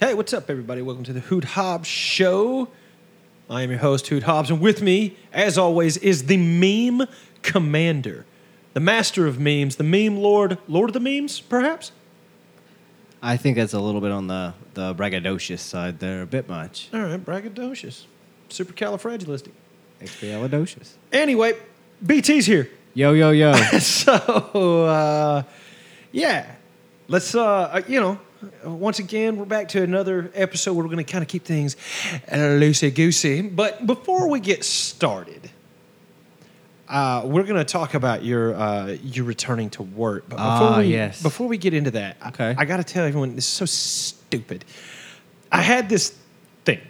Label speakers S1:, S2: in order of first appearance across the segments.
S1: Hey, what's up, everybody? Welcome to the Hoot Hobbs Show. I am your host, Hoot Hobbs, and with me, as always, is the meme commander, the master of memes, the meme lord, lord of the memes, perhaps?
S2: I think that's a little bit on the, the braggadocious side there, a bit much.
S1: All right, braggadocious, supercalifragilistic.
S2: Expialidocious.
S1: Anyway, BT's here.
S2: Yo, yo, yo.
S1: so uh, yeah let's uh you know once again we're back to another episode where we're going to kind of keep things loosey goosey but before we get started uh, we're going to talk about your uh, you returning to work but before
S2: Ah,
S1: we,
S2: yes.
S1: before we get into that I-
S2: Okay.
S1: i, got to tell everyone this is so stupid i had this thing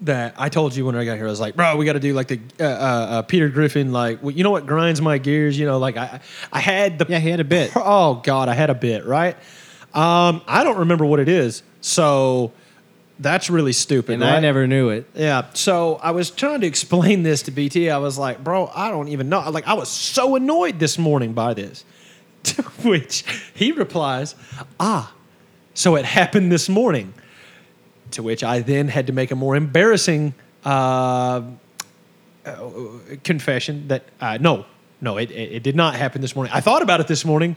S1: that I told you when I got here, I was like, bro, we got to do like the uh, uh, uh, Peter Griffin, like, well, you know what grinds my gears? You know, like I, I had the
S2: yeah, he had a bit.
S1: Oh God, I had a bit right. Um, I don't remember what it is, so that's really stupid.
S2: And
S1: right?
S2: I never knew it.
S1: Yeah. So I was trying to explain this to BT. I was like, bro, I don't even know. Like, I was so annoyed this morning by this. To which he replies, ah, so it happened this morning. To which I then had to make a more embarrassing uh, uh, confession that uh, no, no, it, it, it did not happen this morning. I thought about it this morning,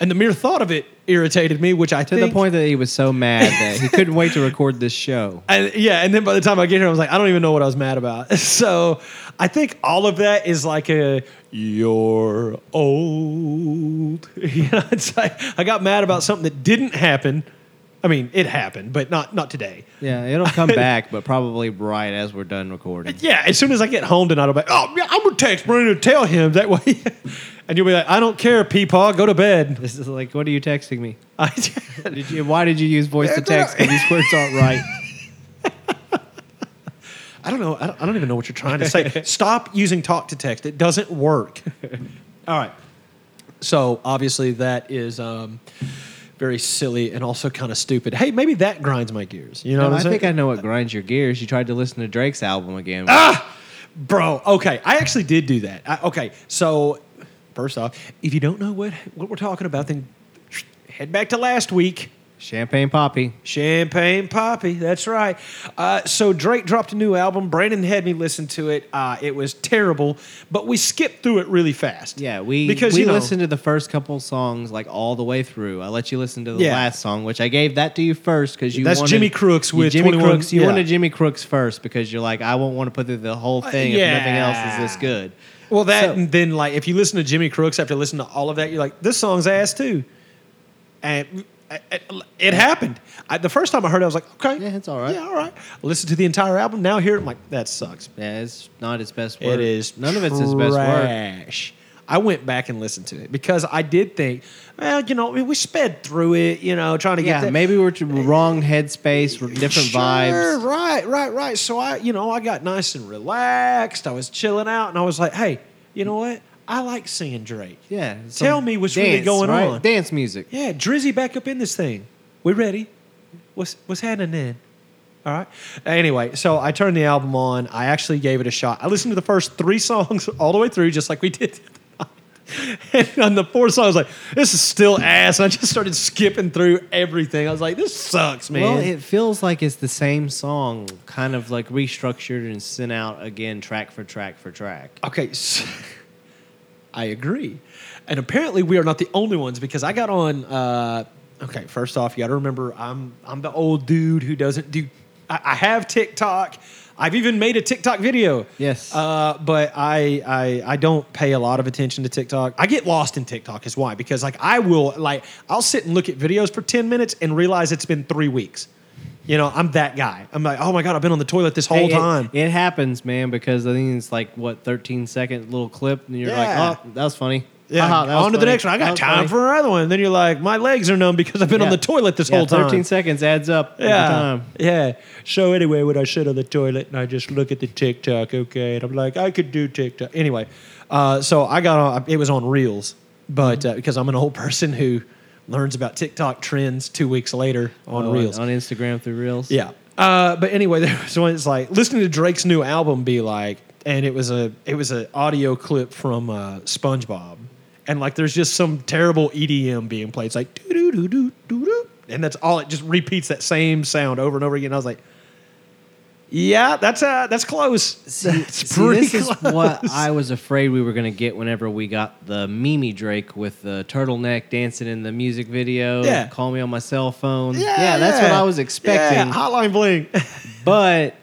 S1: and the mere thought of it irritated me, which I
S2: To the point that he was so mad that he couldn't wait to record this show.
S1: and yeah, and then by the time I get here, I was like, I don't even know what I was mad about. So I think all of that is like a you're old. You know, it's like I got mad about something that didn't happen. I mean, it happened, but not not today.
S2: Yeah, it'll come back, but probably right as we're done recording.
S1: Yeah, as soon as I get home tonight, I'll be like, oh, yeah, I'm gonna text Brandon and tell him that way. and you'll be like, I don't care, Peepaw, go to bed.
S2: This is like, what are you texting me?
S1: I,
S2: Did you, why did you use voice to text? 'Cause these words aren't right.
S1: I don't know. I don't, I don't even know what you're trying to say. Stop using talk to text. It doesn't work. All right. So obviously that is um, very silly and also kind of stupid. Hey, maybe that grinds my gears. You know
S2: And
S1: what
S2: I
S1: I'm saying?
S2: think I know what grinds your gears. You tried to listen to Drake's album again.
S1: Bro, okay. I actually did do that. I, okay, so first off, if you don't know what what we're talking about, then head back to last week.
S2: Champagne Poppy.
S1: Champagne Poppy, that's right. Uh, so Drake dropped a new album. Brandon had me listen to it. Uh, it was terrible, but we skipped through it really fast.
S2: Yeah, we
S1: because
S2: we
S1: you know,
S2: listened to the first couple songs like all the way through. I let you listen to the
S1: Yeah.
S2: last song, which I gave that to you first because you
S1: That's
S2: wanted,
S1: Jimmy Crooks
S2: you-
S1: with
S2: Jimmy
S1: 21
S2: Crooks. You
S1: yeah.
S2: wanted Jimmy Crooks first because you're like, I won't want to put through the whole thing
S1: Uh, yeah.
S2: if nothing else is this good.
S1: Well, that
S2: So-
S1: and then like if you listen to Jimmy Crooks after listening to all of that, you're like, this song's ass too, and it, it happened. I, the first time I heard it, I was like, okay,
S2: Yeah, it's all right.
S1: yeah, all right. Listen to the entire album. Now here, I'm like, that sucks.
S2: Yeah, it's not his best work.
S1: It is
S2: none of it's his best work.
S1: trash. I went back and listened to it because I did think, well, you know, I mean, we sped through it, you know, trying to get
S2: Yeah,
S1: that.
S2: maybe we're to wrong headspace, different
S1: Sure,
S2: vibes.
S1: Right, right, right. So I, you know, I got nice and relaxed. I was chilling out, and I was like, hey, you know what? I like seeing Drake.
S2: Yeah, some
S1: Tell me what's really
S2: dance,
S1: going
S2: right?
S1: on.
S2: Dance music.
S1: Yeah, Drizzy back up in this thing. We ready? What's what's happening then? All right. Anyway, so I turned the album on. I actually gave it a shot. I listened to the first three songs all the way through, just like we did. the other night. And on the fourth song, I was like, "This is still ass." And I just started skipping through everything. I was like, "This sucks, man."
S2: Well, it feels like it's the same song, kind of like restructured and sent out again, track for track for track.
S1: Okay, s I I agree. And apparently, we are not the only ones because I got on. Uh, okay, first off, you got to remember I'm I'm the old dude who doesn't do. I, I have TikTok. I've even made a TikTok video.
S2: Yes.
S1: Uh, but I, I I don't pay a lot of attention to TikTok. I get lost in TikTok is why because like I will like I'll sit and look at videos for ten minutes and realize it's been three weeks. You know, I'm that guy. I'm like, oh my god, I've been on the toilet this whole
S2: Hey, it-
S1: time.
S2: It, happens, man, because I think it's like what 13 second little clip, and you're
S1: Yeah.
S2: like, oh, that was funny.
S1: Yeah,
S2: Haha, Uh-huh, that was
S1: on to the
S2: funny.
S1: next one. I
S2: That
S1: got
S2: was
S1: time
S2: funny."
S1: for another one. And then you're like, my legs are numb because I've been on
S2: Yeah.
S1: the toilet this
S2: Yeah,
S1: whole time.
S2: 13 seconds adds up. every
S1: yeah,
S2: time.
S1: yeah. So anyway, when I sit on the toilet and I just look at the TikTok, okay, and I'm like, I could do TikTok. Anyway, uh, so I got on. It was on Reels, but uh, because I'm an old person who learns about TikTok trends two weeks later on
S2: Oh,
S1: Reels.
S2: on Instagram through reels.
S1: Yeah. Uh, but anyway, there was one. It's like listening to Drake's new album be like, and it was a it was an audio clip from uh, E SpongeBob, and like there's just some terrible EDM being played. It's like doo doo doo doo doo doo. and that's all. It just repeats that same sound over and over again. I was like, yeah, that's uh, that's close. that's
S2: See,
S1: pretty
S2: this is
S1: close.
S2: what I was afraid we were going to get whenever we got the Mimi Drake with the turtleneck dancing in the music video.
S1: Yeah.
S2: Call me on my cell phone. that's what I was expecting.
S1: Yeah, hotline bling.
S2: But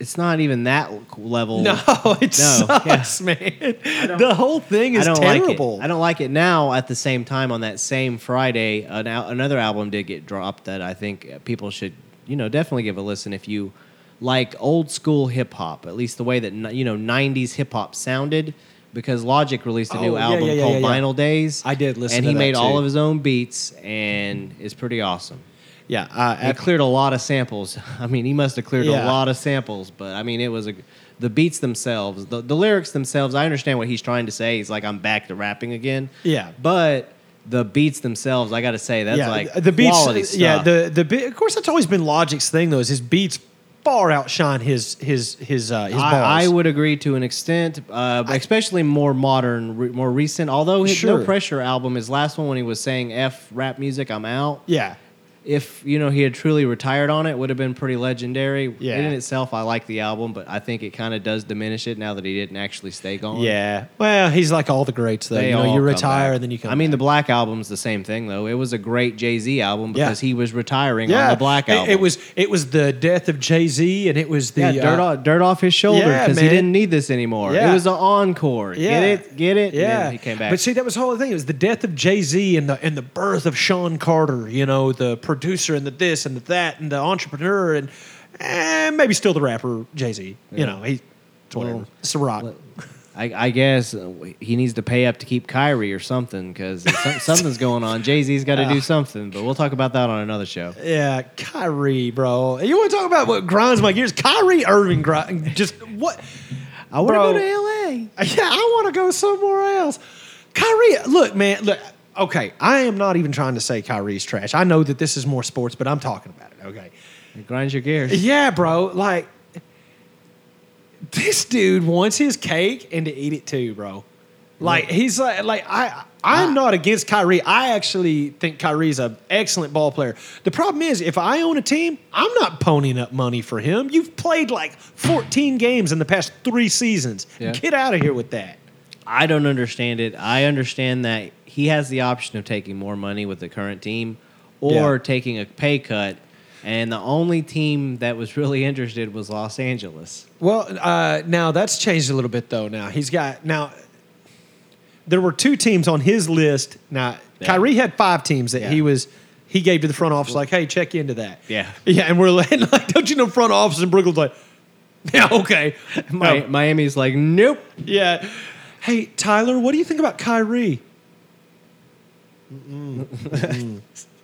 S2: it's not even that level.
S1: No, it
S2: No, yeah.
S1: sucks, man. The whole thing
S2: I
S1: is
S2: don't
S1: terrible.
S2: like it. I don't like it now. At the same time, on that same Friday, an al- another album did get dropped that I think people should, you know, definitely give a listen if you like old school hip hop, at least the way that ni- you know '90s hip hop sounded. Because Logic released a
S1: Oh,
S2: new
S1: yeah,
S2: album
S1: yeah, yeah,
S2: called
S1: yeah, yeah.
S2: Vinyl Days.
S1: I did listen
S2: and
S1: to
S2: he
S1: that,
S2: made all
S1: too.
S2: of his own beats, and it's pretty awesome.
S1: yeah, uh,
S2: He cleared a lot of samples. I mean, he must have cleared
S1: Yeah.
S2: a lot of samples, but I mean, it was a, the beats themselves, the, the lyrics themselves. I understand what he's trying to say. He's like, I'm back to rapping again.
S1: Yeah.
S2: But the beats themselves, I got to say, that's like
S1: the beats. uh,
S2: quality stuff.
S1: Yeah, the the be- of course that's always been Logic's thing though. Is his beats far outshine his his his uh, his bars.
S2: I, I would agree to an extent, uh, but especially more modern, re- more recent. Although his
S1: Sure.
S2: No Pressure album, his last one when he was saying "F rap music, I'm out."
S1: yeah.
S2: if you know he had truly retired on it, would have been pretty legendary.
S1: Yeah.
S2: In itself, I like the album, but I think it kind of does diminish it now that he didn't actually stay gone.
S1: Yeah. Well, he's like all the greats though.
S2: Oh, They
S1: you know,
S2: all
S1: you
S2: come
S1: retire
S2: back.
S1: and then you come.
S2: I mean, the Black album's the same thing though. It was a great Jay Z album
S1: Yeah.
S2: because he was retiring
S1: yeah,
S2: on the Black
S1: It-
S2: album.
S1: It, was it was the death of Jay Z and it was the
S2: yeah, dirt,
S1: uh,
S2: off, dirt off his shoulder
S1: Yeah,
S2: because he
S1: man.
S2: didn't need this anymore.
S1: Yeah.
S2: It was an encore.
S1: Yeah.
S2: Get it? Get it? And then
S1: Yeah,
S2: he came back.
S1: But see, that was the whole thing. It was the death of Jay Z and the and the birth of Sean Carter. You know, the producer and the this and the that and the entrepreneur and and maybe still the rapper Jay Z. You know, he it's whatever.
S2: Well,
S1: it's a rock.
S2: I, I guess uh, he needs to pay up to keep Kyrie or something because something's going on. Jay Z's got to do something, but we'll talk about that on another show.
S1: Yeah, Kyrie, bro. You want to talk about what grinds my gears? Kyrie Irving grind. Just what?
S2: I want to go
S1: Bro.
S2: to LA.
S1: Yeah, I want to go somewhere else. Kyrie, look, man, look. Okay, I am not even trying to say Kyrie's trash. I know that this is more sports, but I'm talking about it. Okay.
S2: It grinds your gears.
S1: Yeah, bro. Like, this dude wants his cake and to eat it too, bro. Like he's like like I I'm not against Kyrie. I actually think Kyrie's an excellent ball player. The problem is if I own a team, I'm not ponying up money for him. You've played like 14 games in the past 3 seasons.
S2: Yeah.
S1: Get out of here with that.
S2: I don't understand it. I understand that he has the option of taking more money with the current team or
S1: Yeah.
S2: taking a pay cut. And the only team that was really interested was Los Angeles.
S1: Well, uh, now that's changed a little bit though. Now he's got now. There were two teams on his list. Now
S2: Yeah.
S1: Kyrie had five teams that
S2: Yeah.
S1: he was he gave to the front office like, hey, check into that.
S2: Yeah.
S1: yeah, and we're like, don't you know, front office in Brooklyn's like, yeah, okay,
S2: Mi-
S1: No.
S2: Miami's like, nope.
S1: yeah. Hey, Tyler, what do you think about Kyrie? Mm-mm.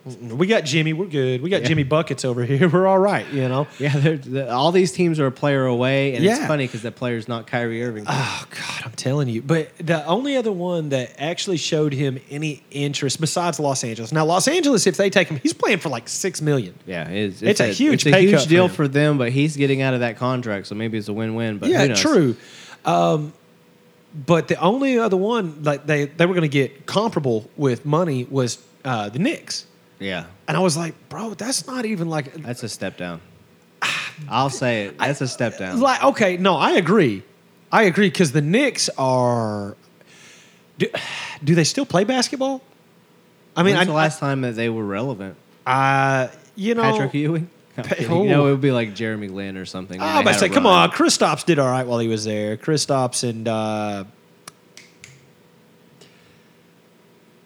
S1: Mm-mm. we got Jimmy. We're good. We got
S2: Yeah.
S1: Jimmy buckets over here. We're all right. You know.
S2: Yeah, they're, the- all these teams are a player away. And it's
S1: Yeah.
S2: funny because that player's not Kyrie Irving.
S1: Oh God, I'm telling you. But the only other one that actually showed him any interest besides Los Angeles. Now, Los Angeles, if they take him, he's playing for like six million.
S2: yeah, it's,
S1: It's a huge
S2: it's a
S1: pay
S2: huge
S1: cut for
S2: deal
S1: him.
S2: for them, but he's getting out of that contract, so maybe it's a win-win. But who
S1: yeah,
S2: knows?
S1: true. Um, but the only other one like they they were going to get comparable with money was uh, the Knicks,
S2: Yeah,
S1: and I was like, bro, that's not even like
S2: That's a step down. I'll say it. That's a step down.
S1: Like, okay, no, I agree. I agree because the Knicks are. Do, do they still play basketball? I mean,
S2: When's
S1: I,
S2: the last time that they were relevant?
S1: I- you know,
S2: Patrick Ewing?
S1: Pa-
S2: No, you know,
S1: oh.
S2: it would be like Jeremy Lin or something. when
S1: Ah, I
S2: they
S1: was about to say,
S2: had a
S1: come on,
S2: run.
S1: Kristaps did all right while he was there. Kristaps and uh,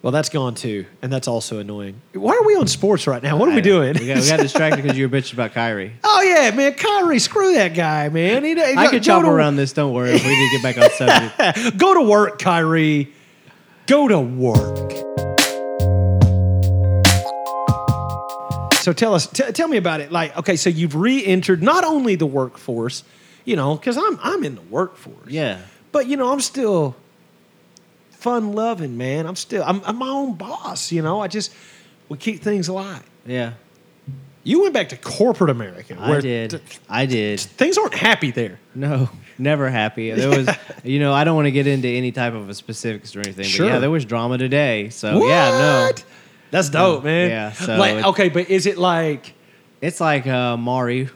S1: well, that's gone too, and that's also annoying. Why are we on sports right now? What are
S2: I
S1: we
S2: know.
S1: doing?
S2: We got, we got distracted because you were bitching about Kyrie.
S1: oh yeah, man, Kyrie, screw that guy, man. He,
S2: I could chop around this. Don't worry. If we need to get back on subject.
S1: Go to work, Kyrie. Go to work. So tell us, t- tell me about it. Like, okay, so you've re-entered not only the workforce, you know, because I'm I'm in the workforce.
S2: Yeah.
S1: But you know, I'm still fun loving, man. I'm still I'm, I'm my own boss. You know, I just we keep things alive.
S2: Yeah.
S1: You went back to corporate America.
S2: I did.
S1: th-
S2: I did.
S1: things aren't happy there.
S2: No, never happy. There was, you know, I don't want to get into any type of a specifics or anything, but
S1: Sure.
S2: Oh, yeah, there was drama today. So yeah, no. Mm,
S1: What? That's dope, man.
S2: yeah, so
S1: like
S2: it-
S1: okay, but is it like
S2: It's like uh, Mari.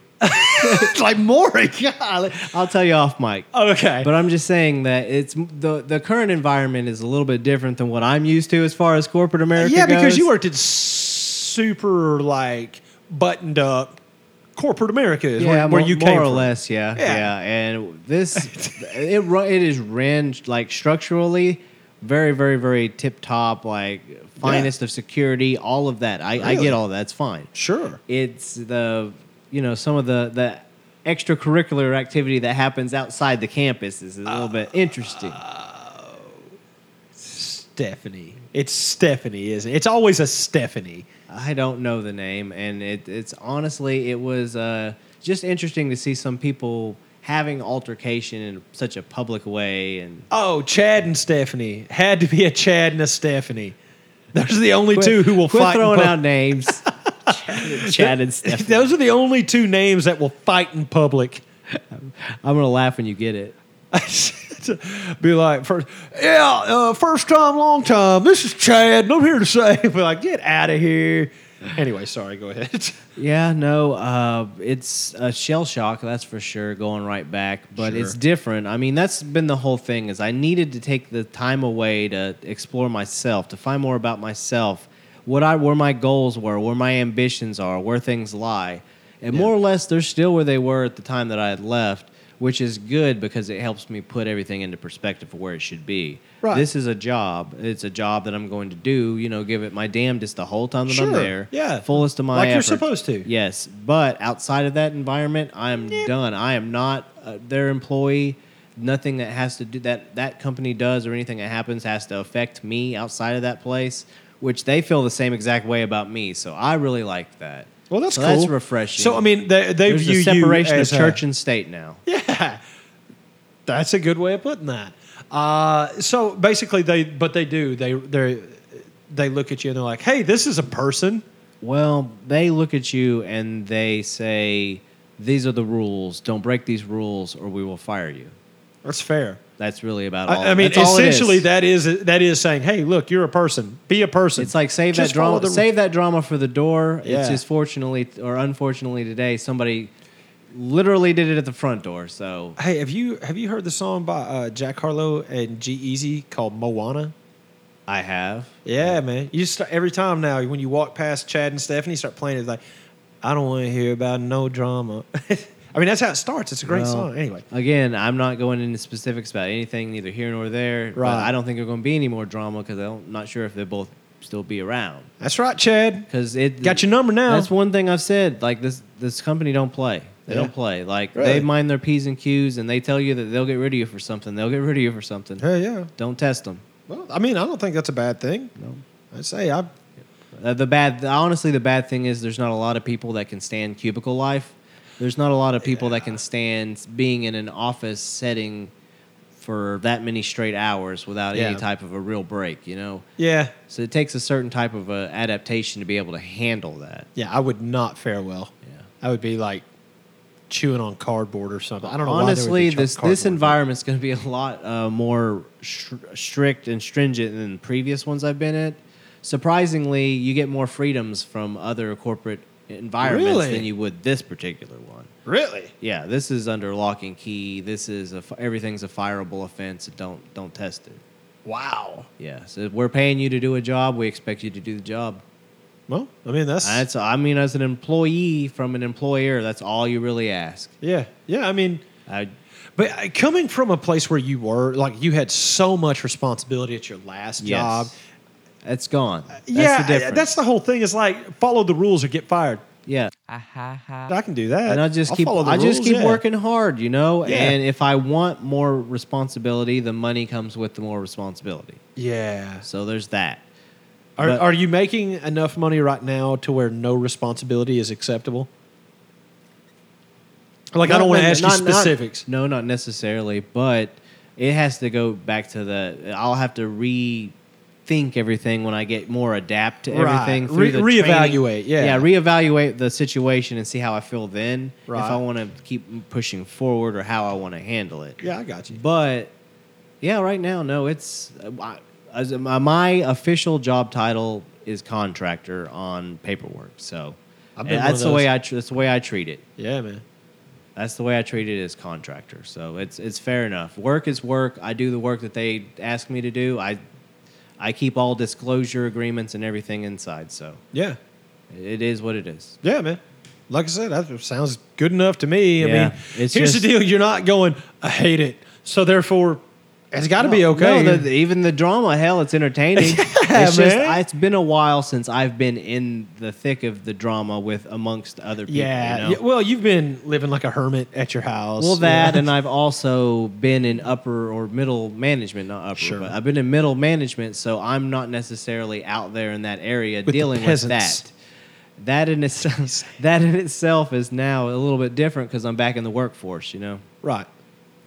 S1: like Maury? Golly. Oh,
S2: I'll tell you off mic.
S1: Okay,
S2: But I'm just saying that it's the the current environment is a little bit different than what I'm used to as far as corporate America.
S1: yeah, because
S2: goes.
S1: you worked at super like buttoned up corporate America is where,
S2: yeah,
S1: where
S2: more,
S1: you
S2: more
S1: came
S2: or
S1: from.
S2: less, yeah,
S1: Yeah.
S2: yeah, And this it ru- it is ran like structurally very, very, very tip top, like finest of security, all of that. I, I
S1: Really?
S2: get all that. It's fine.
S1: Sure.
S2: It's the you know some of the the extracurricular activity that happens outside the campus is a
S1: Uh,
S2: little bit interesting.
S1: Stephanie. It's Stephanie, isn't it? It's always a Stephanie.
S2: I don't know the name, and it, it's honestly it was uh, just interesting to see some people having altercation in such a public way, and
S1: Oh, Chad and Stephanie. Had to be a Chad and a Stephanie. Those are the only two who will
S2: quit
S1: fight. in
S2: throwing
S1: pub-
S2: out names. Chad, Chad and Stephanie.
S1: Those are the only two names that will fight in public.
S2: I'm gonna laugh when you get it.
S1: be like, first, yeah, uh, first time, long time. This is Chad, and I'm here to say, be like, get out of here. Anyway, sorry, go ahead.
S2: Yeah, no, uh, it's a shell shock, that's for sure, going right back. But it's
S1: Sure.
S2: different. I mean, that's been the whole thing is I needed to take the time away to explore myself, to find more about myself, what I where my goals were, where my ambitions are, where things lie. And more or less they're still where they were at the time that I had left, which is good because it helps me put everything into perspective for where it should be.
S1: Right.
S2: This is a job. It's a job that I'm going to do, you know, give it my damnedest the whole time that
S1: Sure.
S2: I'm there.
S1: Yeah.
S2: Fullest of my
S1: Like you're
S2: effort.
S1: supposed to.
S2: Yes, but outside of that environment, I'm done. I am not uh, their employee. Nothing that has to do that that company does or anything that happens has to affect me outside of that place, which they feel the same exact way about me. So I really like that.
S1: Well, that's
S2: so
S1: cool.
S2: That's refreshing.
S1: So, I mean, they, they
S2: there's
S1: view
S2: a separation
S1: you
S2: of
S1: as a-
S2: church and state now.
S1: Yeah, that's a good way of putting that. Uh, so basically, they but they do they they they look at you and they're like, "Hey, this is a person."
S2: Well, they look at you and they say, "These are the rules. Don't break these rules, or we will fire you."
S1: That's fair.
S2: That's really about all.
S1: I, I mean,
S2: that's all it is.
S1: essentially, that is that is saying, "Hey, look, you're a person. Be a person."
S2: It's like save
S1: Just
S2: that
S1: follow
S2: drama.
S1: the-
S2: save that drama for the door.
S1: Yeah.
S2: It's just fortunately or unfortunately today somebody literally did it at the front door. So
S1: Hey, have you have you heard the song by uh, Jack Harlow and G Easy called Moana?
S2: I have.
S1: Yeah, man. You just start, every time now when you walk past Chad and Stephanie, you start playing it like, "I don't want to hear about no drama." I mean, that's how it starts. It's a great
S2: Well,
S1: song. Anyway,
S2: Again, I'm not going into specifics about anything, neither here nor there. but
S1: Right.
S2: I don't think there's going to be any more drama because I'm not sure if they'll both still be around.
S1: that's right, Chad.
S2: Because it
S1: Got your number now.
S2: That's one thing I've said. Like this, this company don't play. They
S1: Yeah.
S2: don't play. Like
S1: Really?
S2: they mind their p's and q's, and they tell you that they'll get rid of you for something. They'll get rid of you for something.
S1: Yeah, yeah.
S2: Don't test them.
S1: Well, I mean, I don't think that's a bad thing.
S2: No.
S1: I say I.
S2: Uh, the bad, the- honestly, the bad thing is there's not a lot of people that can stand cubicle life. There's not a lot of people that can stand being in an office setting for that many straight hours without
S1: Yeah.
S2: any type of a real break. You know,
S1: Yeah,
S2: so it takes a certain type of uh, adaptation to be able to handle that.
S1: yeah. I would not fare well.
S2: Yeah.
S1: I would be like chewing on cardboard or something. I don't know. why they would
S2: Honestly,
S1: be chewing
S2: this this
S1: cardboard.
S2: environment's going to be a lot uh, more str- strict and stringent than previous ones I've been at. Surprisingly, you get more freedoms from other corporate environments
S1: Really?
S2: than you would this particular one.
S1: Really?
S2: Yeah, this is under lock and key. This is a f everything's a fireable offense. Don't don't test it.
S1: Wow.
S2: Yeah, so we're paying you to do a job. We expect you to do the job.
S1: Well, I mean that's
S2: That's I mean, as an employee from an employer, that's all you really ask.
S1: yeah, yeah. I mean,
S2: I,
S1: but uh, coming from a place where you were, like you had so much responsibility at your last
S2: yes,
S1: job.
S2: it's gone. That's
S1: yeah,
S2: the difference.
S1: that's the whole thing. Is like follow the rules or get fired.
S2: Yeah,
S1: I can do that.
S2: and I just
S1: I'll
S2: keep
S1: follow the
S2: I just
S1: rules,
S2: keep
S1: yeah.
S2: working hard, you know.
S1: Yeah.
S2: And if I want more responsibility, the money comes with the more responsibility.
S1: Yeah.
S2: So there's that.
S1: Are,
S2: But-
S1: are you making enough money right now to where no responsibility is acceptable? Like, I
S2: Not-
S1: don't want to
S2: not-
S1: ask
S2: not-
S1: you specifics.
S2: Not, no, not necessarily, but it has to go back to the. I'll have to rethink everything when I get more adapt to
S1: Right.
S2: everything.
S1: Re-
S2: the
S1: reevaluate,
S2: training.
S1: yeah.
S2: yeah, reevaluate the situation and see how I feel then.
S1: Right.
S2: If I want to keep pushing forward or how I want to handle it.
S1: yeah, I got you.
S2: But yeah, right now, no, it's uh, I- as my- my official job title is contractor on paperwork. So
S1: I've been
S2: and
S1: one of
S2: that's the way
S1: those.
S2: I tr- that's the way I treat it.
S1: Yeah, man.
S2: That's the way I treat it as contractor. So it's it's fair enough. Work is work. I do the work that they ask me to do. I I keep all disclosure agreements and everything inside. So
S1: Yeah.
S2: it is what it is.
S1: Yeah, man. Like I said, that sounds good enough to me. I
S2: Yeah,
S1: mean,
S2: it's
S1: here's
S2: just-
S1: the deal: you're not going. I hate it, so therefore, it's got to be okay.
S2: No, the, even the drama, hell, it's entertaining.
S1: Yeah,
S2: it's just
S1: man.
S2: I, it's been a while since I've been in the thick of the drama with amongst other people.
S1: yeah,
S2: you know?
S1: yeah. Well, you've been living like a hermit at your house.
S2: Well, that,
S1: Yeah.
S2: and I've also been in upper or middle management, not upper,
S1: Sure.
S2: but I've been in middle management, so I'm not necessarily out there in that area
S1: the
S2: dealing with
S1: peasants.
S2: that. That in itself, that in itself is now a little bit different because I'm back in the workforce. You know,
S1: right,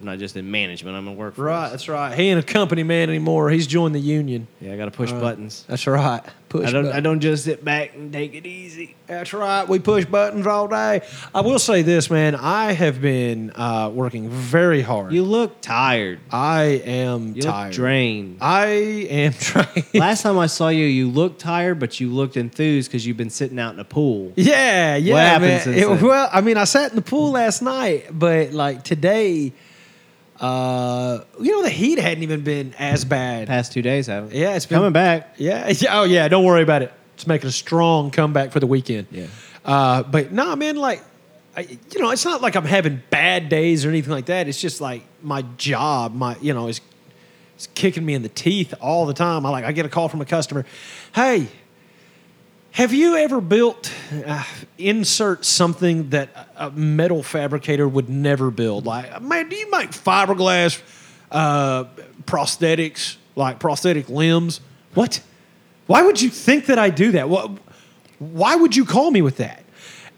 S2: I'm not just in management; I'm in workforce.
S1: right. That's right. He ain't a company man anymore. He's joined the union.
S2: Yeah, I got to push
S1: Uh,
S2: buttons.
S1: That's right. Push.
S2: I don't. I
S1: button.
S2: don't just sit back and take it easy.
S1: That's right. We push buttons all day. I will say this, man. I have been uh, working very hard.
S2: You look tired.
S1: I am
S2: You
S1: tired.
S2: look drained.
S1: I am trying.
S2: Last time I saw you, you looked tired, but you looked enthused because you've been sitting out in a pool.
S1: Yeah, yeah.
S2: happened
S1: man.
S2: since
S1: It-
S2: then?
S1: Well, I mean, I sat in the pool last night, but like today, uh, you know, the heat hadn't even been as bad.
S2: Past two days, haven't?
S1: Yeah, it's been-
S2: coming back.
S1: Yeah, yeah. Oh, yeah. Don't worry about it. It's making a strong comeback for the weekend.
S2: Yeah.
S1: Uh, but no, nah, man. Like, I, you know, it's not like I'm having bad days or anything like that. It's just like my job, my you know, is is kicking me in the teeth all the time. I like I get a call from a customer, hey. Have you ever built uh, insert something that a a metal fabricator would never build? Like, man, do you make fiberglass uh, prosthetics, like prosthetic limbs? What? Why would you think that I do that? What? Why would you call me with that?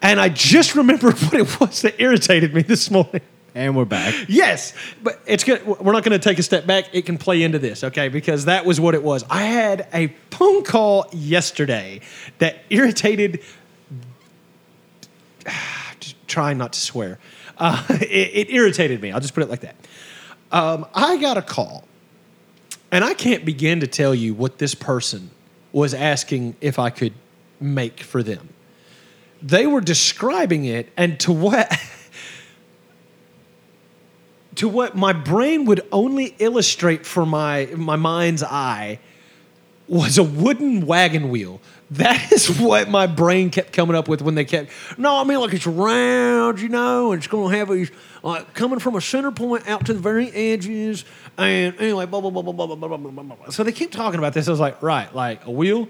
S1: And I just remembered what it was that irritated me this morning.
S2: And we're back.
S1: Yes, but it's good. We're not going to take a step back. It can play into this, okay? Because that was what it was. I had a phone call yesterday that irritated. Just trying not to swear. Uh, it, it irritated me. I'll just put it like that. Um, I got a call, and I can't begin to tell you what this person was asking if I could make for them. They were describing it, and to what. to what my brain would only illustrate for my my mind's eye was a wooden wagon wheel. That is what my brain kept coming up with when they kept. No, I mean like it's round, you know, and it's going to have these like coming from a center point out to the very edges, and anyway, blah blah blah blah blah blah blah blah. blah, blah. So they keep talking about this. I was like, right, like a wheel.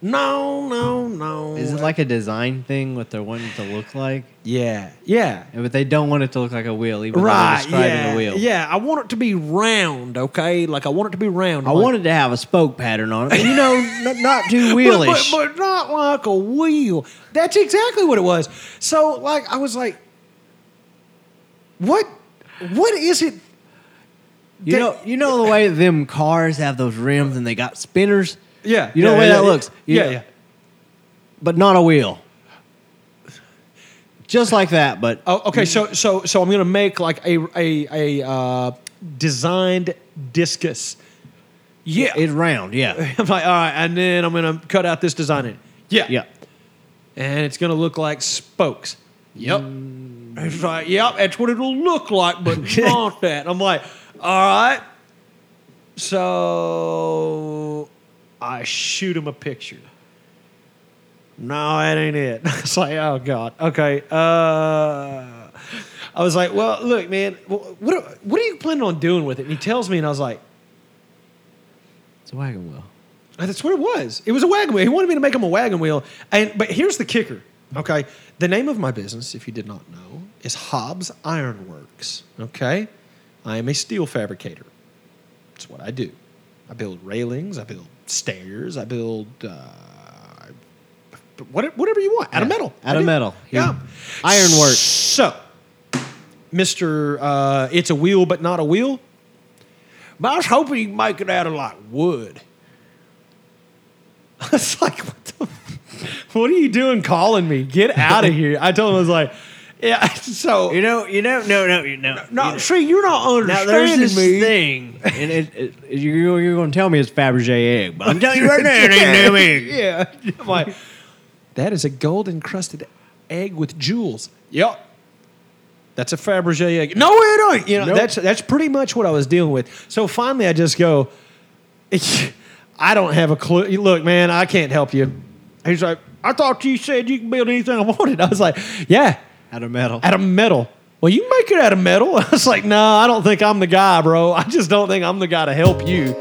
S1: No, no, no.
S2: Is it like a design thing what they're wanting to look like?
S1: yeah, yeah?
S2: Yeah, But they don't want it to look like a wheel, even
S1: Right,
S2: though they're describing
S1: yeah,
S2: a wheel.
S1: yeah. I want it to be round, okay? Like I want it to be round.
S2: I
S1: like,
S2: wanted to have a spoke pattern on it. You know, n- not too
S1: But-
S2: wheelish.
S1: But, but not like a wheel. That's exactly what it was. So like I was like, what what is it?
S2: you know, you know the way them cars have those rims and they got spinners,
S1: Yeah.
S2: You know
S1: yeah,
S2: the way
S1: yeah,
S2: that
S1: yeah.
S2: looks. You
S1: Yeah,
S2: know-
S1: yeah.
S2: but not a wheel. Just like that, but
S1: Oh, okay, so so so I'm gonna make like a a a uh, designed discus. Yeah.
S2: it's round. Yeah,
S1: I'm like, all right, and then I'm gonna cut out this design in. it. Yeah.
S2: yeah.
S1: And it's gonna look like spokes. Yep. It's like, yep, that's what it'll look like, but not that. I'm like, all right. So I shoot him a picture. No, that ain't it. It's like, oh god. Okay. Uh, I was like, well, look, man, wh- what are- what are you planning on doing with it? And he tells me, and I was like,
S2: It's a wagon wheel.
S1: that's what it was. It was a wagon wheel. He wanted me to make him a wagon wheel. And but here's the kicker. Okay. The name of my business, if you did not know, is Hobbs Ironworks. Okay? I am a steel fabricator. That's what I do. I build railings, I build stairs, I build uh, what- whatever you want out of
S2: Yeah,
S1: metal.
S2: out
S1: I
S2: of
S1: do.
S2: metal.
S1: Yeah.
S2: Yeah. Ironwork.
S1: So, Mr. Uh, it's a wheel, but not a wheel. But I was hoping you could make it out of like wood. I was like, what the? What are you doing calling me? Get out of here. I told him, I was like, Yeah. So
S3: You know, you know, no, no, you know.
S1: no,
S3: you know.
S1: see, you're not
S3: Now there's
S1: understanding
S3: this
S1: me.
S3: thing,
S2: And it, it, you're, you're going to tell me it's Fabergé egg, but
S3: I'm telling you right now, it ain't no egg.
S1: Yeah. I'm like, that is a gold encrusted egg with jewels. Yep. That's a Fabergé egg. No, it ain't. You know,
S2: Nope.
S1: that's that's pretty much what I was dealing with. So finally, I just go, I don't have a clue. You Look, man, I can't help you. He's like, I thought you said you can build anything I wanted. I was like, yeah,
S2: out of metal.
S1: out of metal. Well, you make it out of metal. I was like, no, I don't think I'm the guy, bro. I just don't think I'm the guy to help you.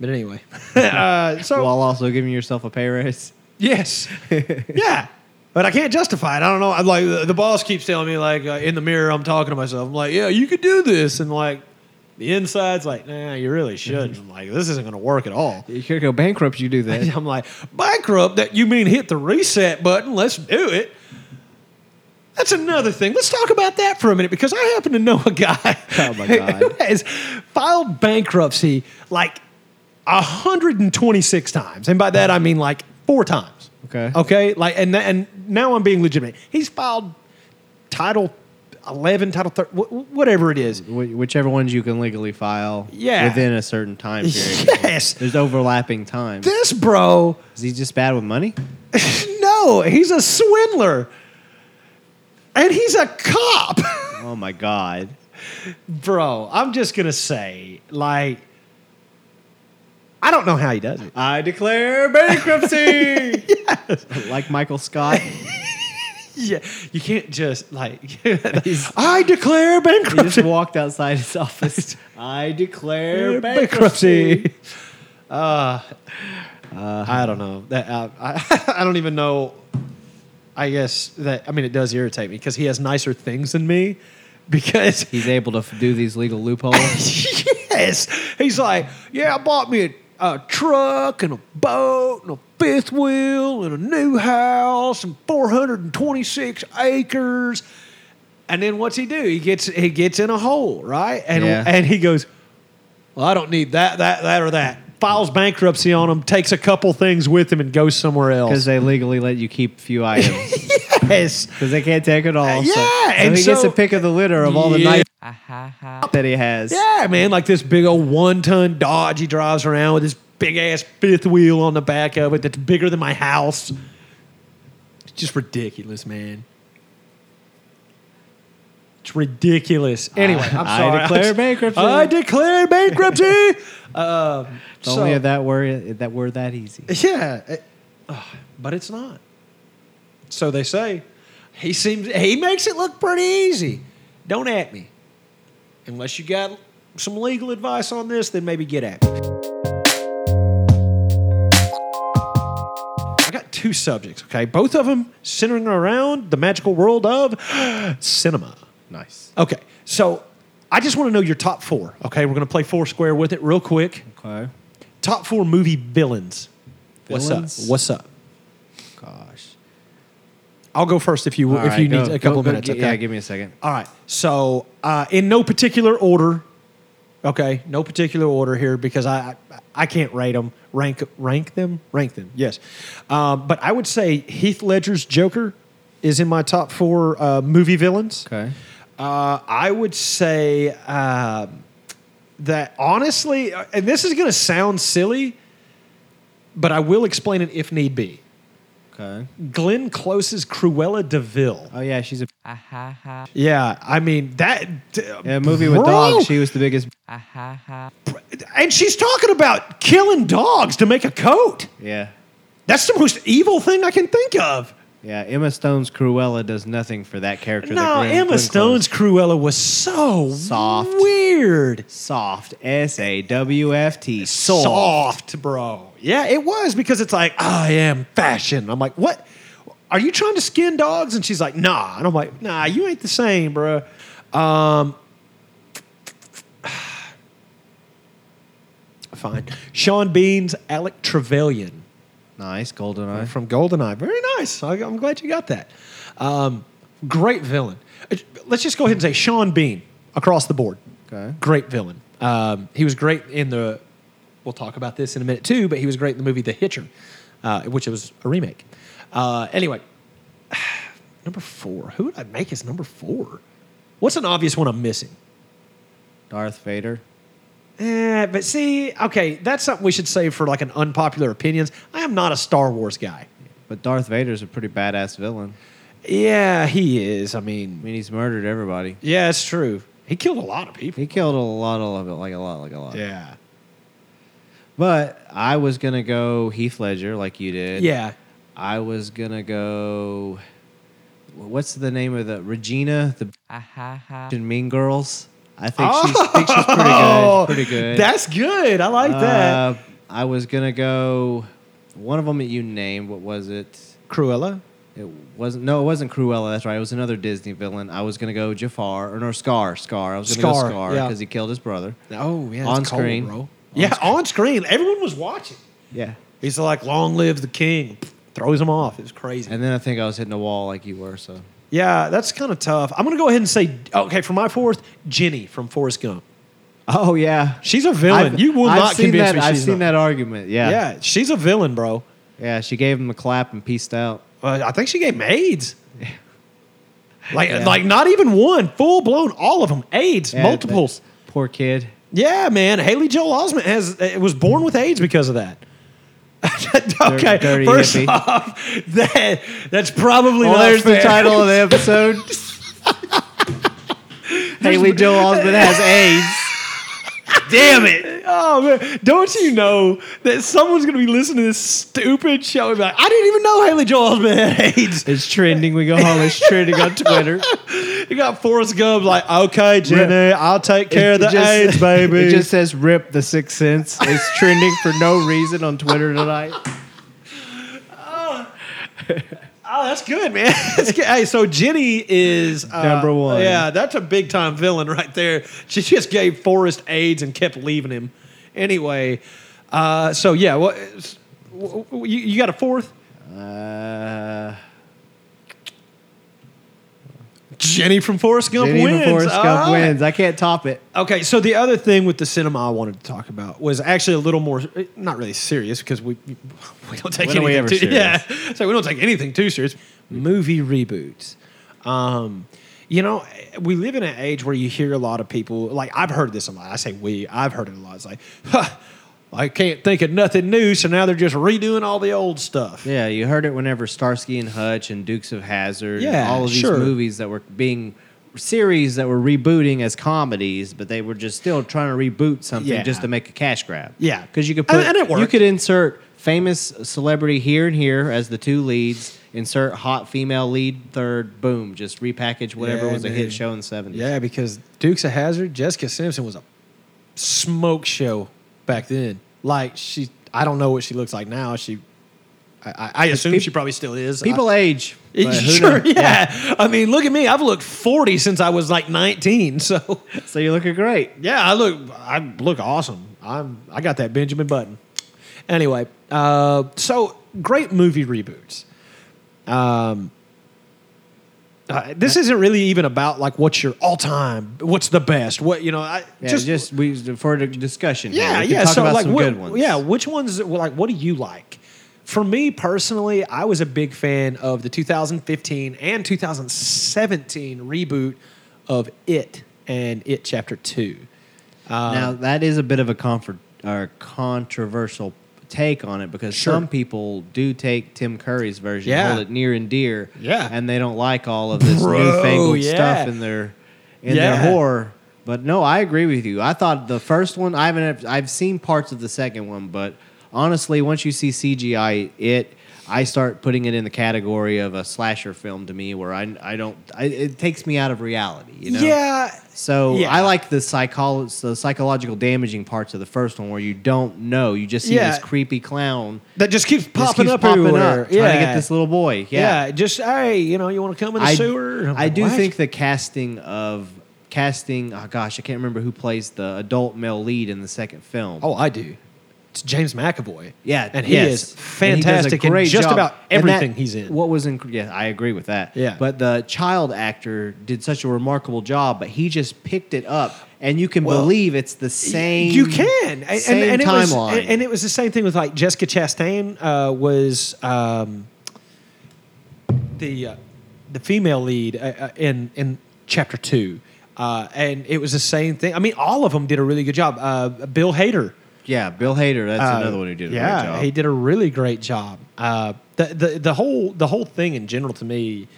S1: But anyway, uh, so
S2: While also giving yourself a pay raise.
S1: yes, yeah. But I can't justify it. I don't know. I'm like the, the boss keeps telling me like uh, in the mirror, I'm talking to myself. I'm like, yeah, you could do this, and like the inside's like, nah, you really shouldn't. I'm like, this isn't going to work at all.
S2: You could go bankrupt, you do
S1: And
S2: that.
S1: I'm like, bankrupt? That you mean hit the reset button? Let's do it. That's another thing. Let's talk about that for a minute because I happen to know a guy
S2: Oh, my God.
S1: who has filed bankruptcy like 126 times, and by that I mean like four times.
S2: Okay.
S1: Okay. Like, and and now I'm being legitimate. He's filed Title 11, Title 3, whatever it is.
S2: Wh- Whichever ones you can legally file
S1: Yeah.
S2: within a certain time period.
S1: Yes.
S2: There's overlapping time.
S1: This bro
S2: Is he just bad with money?
S1: no, he's a swindler. And he's a cop.
S2: Oh my God.
S1: Bro, I'm just going to say, like, I don't know how he does it.
S2: I declare bankruptcy. Like Michael Scott.
S1: Yeah, you can't just, like, I declare
S2: He just
S1: bankruptcy.
S2: walked outside his office. I declare bankruptcy.
S1: bankruptcy. Uh, I don't know. That uh, I, I don't even know. I guess that, I mean, it does irritate me because he has nicer things than me because
S2: He's able to f- do these legal loopholes.
S1: yes. He's like, yeah, I bought me a, a truck and a boat and a fifth wheel and a new house and 426 acres. And then what's he do? He gets he gets in a hole, right? And
S2: Yeah.
S1: and he goes, well, I don't need that, that, that, or that. Files bankruptcy on him, takes a couple things with him, and goes somewhere
S2: Because
S1: else.
S2: they legally let you keep few items.
S1: Yes.
S2: Because they can't take it all.
S1: Uh,
S2: so-
S1: yeah,
S2: So,
S1: and
S2: he gets
S1: so-
S2: a pick of the litter of all the
S1: Yeah.
S2: knife that he has.
S1: Yeah, man, like this big old one ton Dodge he drives around with this big ass fifth wheel on the back of it that's bigger than my house. It's just ridiculous, man. It's ridiculous. Anyway, I, am
S2: I
S1: sorry.
S2: declare
S1: just-
S2: bankruptcy.
S1: I declare bankruptcy. uh,
S2: If
S1: so,
S2: Only if that were that were that easy.
S1: yeah, it- ugh, but it's not. So they say. He seems he makes it look pretty easy. Don't at me. Unless you got some legal advice on this, then maybe get at me. I got two subjects, okay? Both of them centering around the magical world of cinema.
S2: Nice.
S1: Okay, so I just want to know your top four, okay? We're going to play four square with it real quick
S2: Okay.
S1: top four movie villains. What's
S2: Villains?
S1: up? What's up?
S2: Gosh.
S1: I'll go first if you
S2: All
S1: if
S2: right,
S1: you
S2: go-
S1: need
S2: go-
S1: a couple
S2: go-
S1: minutes.
S2: gi-
S1: Okay.
S2: Yeah, give me a second.
S1: All right. So uh, in no particular order. Okay, no particular order here because I I, I can't rate them. Rank rank them. Rank them. Yes, um, but I would say Heath Ledger's Joker is in my top four uh, movie villains.
S2: Okay.
S1: Uh, I would say uh, that honestly, uh, and this is going to sound silly, but I will explain it if need be.
S2: Okay.
S1: Glenn Close's Cruella Deville.
S2: Oh yeah, she's a
S1: Yeah, I mean that
S2: yeah, movie with
S1: Bro!
S2: dogs. She was the biggest.
S1: and she's talking about killing dogs to make a coat.
S2: Yeah.
S1: That's the most evil thing I can think of.
S2: Yeah, Emma Stone's Cruella does nothing for that character. that
S1: no,
S2: Glenn-
S1: Emma
S2: Glenn Close-
S1: Stone's Cruella was so
S2: Soft.
S1: weird.
S2: soft. S A W F T. Soft.
S1: soft, bro. Yeah, it was because it's like I am fashion. I'm like, what? Are you trying to skin dogs? And she's like, nah. And I'm like, nah, you ain't the same, bro. Um, fine. Sean Bean's Alec Trevelyan
S2: Nice golden eye.
S1: from GoldenEye. Very nice. I, I'm glad you got that. Um, great villain. Uh, Let's just go ahead and say Sean Bean across the board.
S2: Okay.
S1: Great villain. Um, he was great in the. We'll talk about this in a minute too, but he was great in the movie The Hitcher, uh, which was a remake. Uh, anyway, number four. Who would I make as number four? What's an obvious one I'm missing?
S2: Darth Vader.
S1: Eh, but see, okay, that's something we should save for like an unpopular opinions. I am not a Star Wars guy.
S2: But Darth Vader's a pretty badass villain.
S1: Yeah, he is. I
S2: I
S1: mean,
S2: mean, he's murdered everybody.
S1: yeah, it's true. He killed a lot of people.
S2: He killed a lot of it, like a lot, like a lot.
S1: Yeah.
S2: But I was gonna go Heath Ledger, like you did.
S1: Yeah.
S2: I was gonna go. What's the name of the Regina the Mean Girls? I think, she's, think she's pretty good. Pretty good.
S1: Oh, That's good. I like that.
S2: Uh, I was gonna go. One of them that you named. What was it?
S1: Cruella.
S2: It wasn't. No, it wasn't Cruella. That's right. It was another Disney villain. I was gonna go Jafar or no Scar. Scar. I was gonna
S1: Scar,
S2: go Scar
S1: yeah.
S2: because he killed his brother.
S1: Oh yeah,
S2: On
S1: it's cold,
S2: screen.
S1: bro.
S2: On
S1: yeah, on screen. Everyone was watching.
S2: Yeah.
S1: He's like, "Long live the king!" Throws him off. It was crazy.
S2: And then I think I was hitting a wall like you were. So
S1: yeah, that's kind of tough. I'm gonna go ahead and say, okay, for my fourth, Jenny from Forrest Gump.
S2: Oh yeah,
S1: She's a villain. you will
S2: I've
S1: not
S2: seen
S1: convince
S2: that,
S1: me
S2: I've
S1: she's
S2: seen
S1: not.
S2: that argument. Yeah. yeah,
S1: Yeah, she's a villain, bro.
S2: She gave him a clap and peaced out.
S1: Uh, I think she gave him AIDS. Like,
S2: Yeah.
S1: like not even one, full blown, all of them, AIDS,
S2: Yeah,
S1: multiples.
S2: that Poor kid.
S1: Yeah, man. Haley Joel Osment has uh, was born with AIDS because of that. okay,
S2: dirty
S1: first
S2: hippie.
S1: off, that that's probably
S2: Well,
S1: not
S2: there's
S1: fair.
S2: the title of the episode. Haley Joel Osment has AIDS.
S3: Damn it.
S1: Oh man, don't you know that someone's gonna be listening to this stupid show and be like, I didn't even know Haley Joel Osment had AIDS.
S2: It's trending. We go home. It's trending on Twitter.
S1: You got Forrest Gump like, okay, Jenny, I'll take care of the
S2: It just-
S1: AIDS, baby.
S2: It just says "Rip the Sixth Sense." It's trending for no reason on Twitter tonight.
S1: Oh, that's good, man. That's good. Hey, so Jenny is uh,
S2: Number one.
S1: Yeah, that's a big time villain right there. She just gave Forrest AIDS and kept leaving him. Anyway, uh, so yeah, what well, you, you got a fourth?
S2: Uh,
S1: Jenny from Forrest Gump
S2: Jenny
S1: wins.
S2: from Forrest
S1: All
S2: Gump
S1: right.
S2: wins. I can't top it.
S1: Okay, so the other thing with the cinema I wanted to talk about was actually a little more, eh, not really serious because we we don't take
S2: When are
S1: anything
S2: we ever
S1: too,
S2: serious?
S1: yeah, so we don't take anything too serious. Movie reboots, um, you know, we live in an age where you hear a lot of people like I've heard this a lot. I say we, I've heard it a lot. It's like, huh, I can't think of nothing new, so now they're just redoing all the old stuff.
S2: Yeah, you heard it whenever Starsky and Hutch and Dukes of Hazard,
S1: Yeah,
S2: and all of these
S1: sure.
S2: movies that were being series that were rebooting as comedies, but they were just still trying to reboot something
S1: Yeah.
S2: just to make a cash grab.
S1: Yeah.
S2: because you could
S1: And-
S2: put
S1: and it
S2: you
S1: worked.
S2: could insert famous celebrity here and here as the two leads. Insert hot female lead third. Boom, just repackage whatever
S1: Yeah,
S2: was a
S1: dude.
S2: hit show in the seventies.
S1: Yeah, because Dukes of Hazard, Jessica Simpson was a smoke show back then. Like she, I don't know what she looks like now. She, I, I, I assume
S2: peop-
S1: she probably still is.
S2: people age.
S1: I,
S2: but who
S1: sure,
S2: knows?
S1: yeah. I mean, look at me. I've looked forty since I was like nineteen. So
S2: So you're looking great.
S1: yeah, I look, I look awesome. I'm, I got that Benjamin Button. Anyway, uh, so great movie reboots. Um, uh, this isn't really even about like what's your all time, what's the best, what you know. I
S2: Yeah, just,
S1: just,
S2: we for the discussion. here.
S1: yeah,
S2: We can
S1: yeah.
S2: Talk
S1: So
S2: about
S1: like,
S2: some
S1: what,
S2: good ones.
S1: yeah, which ones? well, Like, what do you like? For me personally, I was a big fan of the 2015 and 2017 reboot of It and It Chapter Two. Uh,
S2: Now that is a bit of a comfort or controversial take on it because
S1: Sure.
S2: some people do take Tim Curry's version,
S1: Yeah.
S2: hold it near and dear,
S1: Yeah.
S2: and they don't like all of this
S1: Bro,
S2: newfangled
S1: yeah.
S2: stuff in their in
S1: Yeah.
S2: their horror. But no, I agree with you. I thought the first one I haven't I've seen parts of the second one, but honestly, once you see CGI it I start putting it in the category of a slasher film to me, where I, I don't I, it takes me out of reality. You know?
S1: Yeah.
S2: So
S1: Yeah.
S2: I like the psychol the psychological damaging parts of the first one where you don't know. You just see
S1: Yeah.
S2: this creepy clown
S1: That just keeps
S2: just
S1: popping
S2: keeps
S1: up
S2: popping
S1: everywhere.
S2: up, trying to get this little boy. Yeah,
S1: yeah. just hey, you know, you want to come in the
S2: I,
S1: sewer? And I'm
S2: I
S1: like,
S2: do
S1: "What?"
S2: think the casting of casting. Oh gosh, I can't remember who plays the adult male lead in the second film.
S1: Oh, I do. It's James McAvoy.
S2: Yeah,
S1: and he
S2: yes.
S1: is
S2: And he does a
S1: fantastic in
S2: great
S1: just
S2: job.
S1: about
S2: And that-
S1: everything he's in.
S2: What was in? Yeah, I agree with that.
S1: Yeah.
S2: but the child actor did such a remarkable job. But he just picked it up, and you can
S1: Well,
S2: believe it's the same.
S1: you can and,
S2: same
S1: and, and it was,
S2: timeline.
S1: and, and it was the same thing with like Jessica Chastain uh, was um, the uh, the female lead uh, uh, in in chapter two, uh, and it was the same thing. I mean, all of them did a really good job. Uh, Bill Hader,
S2: Yeah, Bill Hader. That's
S1: uh,
S2: another one who did a
S1: yeah,
S2: great job.
S1: he did a really great job. Uh, the, the the whole the whole thing in general to me,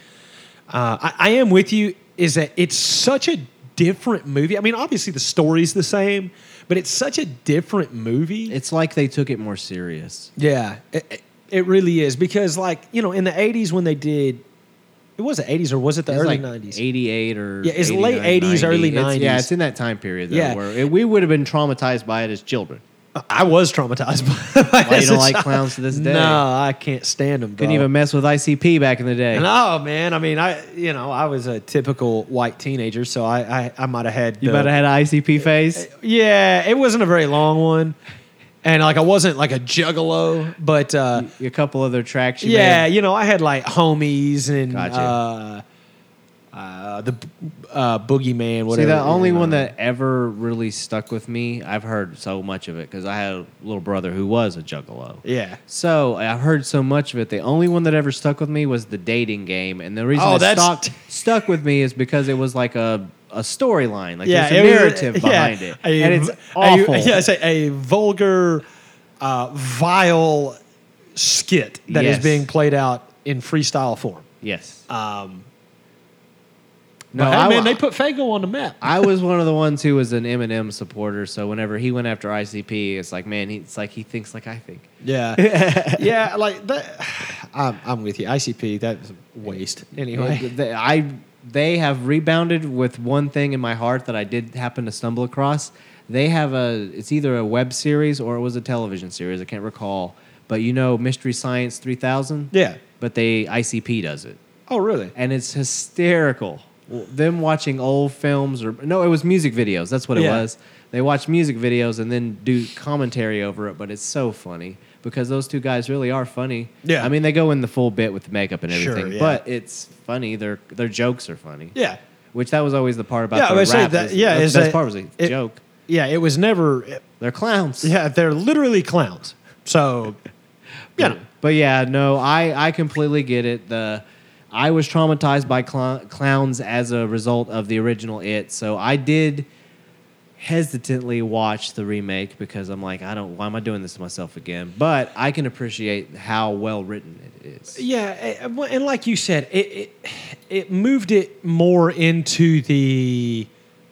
S1: uh, I, I am with you. Is that it's such a different movie. I mean, obviously the story's the same, but it's such a different movie.
S2: It's like they took it more serious.
S1: Yeah, it, it- it really is because, like, you know, in the '80s when they did, it was the '80s or was it the
S2: It's
S1: early
S2: like
S1: '90s?
S2: 88 or
S1: Yeah, it's late
S2: 89,
S1: 80s, early
S2: It's- yeah,
S1: 90s.
S2: it's in that time period. Though,
S1: Yeah.
S2: where it- we would have been traumatized by it as children.
S1: I was traumatized. By by
S2: Why you
S1: this
S2: don't like
S1: child.
S2: clowns to this day?
S1: No, I can't stand them.
S2: Couldn't
S1: bro.
S2: even mess with ICP back in the day.
S1: No, man. I mean, I you know, I was a typical white teenager, so I I, I might have had
S2: You
S1: the-
S2: might have had an ICP
S1: Uh,
S2: phase.
S1: Yeah, it wasn't a very long one, and like I wasn't like a juggalo, but uh,
S2: A couple other tracks. You
S1: yeah,
S2: made.
S1: you know, I had like homies and
S2: Gotcha.
S1: uh, uh, the uh, boogeyman.
S2: See,
S1: Whatever.
S2: the only
S1: you know.
S2: one that ever really stuck with me, I've heard so much of it because I had a little brother who was a juggalo.
S1: Yeah.
S2: So I've heard so much of it. The only one that ever stuck with me was the dating game, and the reason
S1: Oh,
S2: it
S1: that's-
S2: stuck stuck with me is because it was like a a storyline, like
S1: Yeah,
S2: there's a
S1: it was-
S2: narrative
S1: yeah,
S2: behind it,
S1: a-
S2: and it's
S1: a-
S2: awful.
S1: yeah, it's a, a vulgar, uh, vile skit that is
S2: Yes.
S1: being played out in freestyle form.
S2: Yes.
S1: Um,
S2: no,
S1: but hey,
S2: I,
S1: man,
S2: I,
S1: they put Fago on the map.
S2: was one of the ones who was an Eminem supporter. So whenever he went after ICP, it's like, man, he, it's like he thinks like I think.
S1: yeah, yeah, like that. I'm, I'm with you. ICP, that was a waste.
S2: Th-
S1: Anyway,
S2: th- I they have rebounded with one thing in my heart that I did happen to stumble across. They have a it's either a web series or it was a television series. I can't recall, but you know Mystery Science three thousand.
S1: yeah.
S2: But they ICP does it,
S1: Oh, really?
S2: and it's hysterical. Them watching old films or no, it was music videos. That's what it
S1: Yeah.
S2: was. They watch music videos and then do commentary over it, but it's so funny because those two guys really are funny.
S1: Yeah.
S2: I mean they go in the full bit with the makeup and
S1: Sure,
S2: everything,
S1: yeah.
S2: but it's funny. Their their jokes are funny.
S1: Yeah,
S2: Which that was always the part about
S1: Yeah, I
S2: the
S1: would say
S2: rap.
S1: that-
S2: is-
S1: yeah,
S2: the
S1: is
S2: best
S1: that
S2: part was a
S1: it-
S2: joke.
S1: yeah. It was never.
S2: They're clowns.
S1: yeah, they're literally clowns. So, you know.
S2: But yeah, no, I, I completely get it. The I was traumatized by cl- clowns as a result of the original It, so I did hesitantly watch the remake because I'm like, I don't. Why am I doing this to myself again? But I can appreciate how well written it is.
S1: Yeah, eh, eh, well, and like you said, it it, it moved it more into the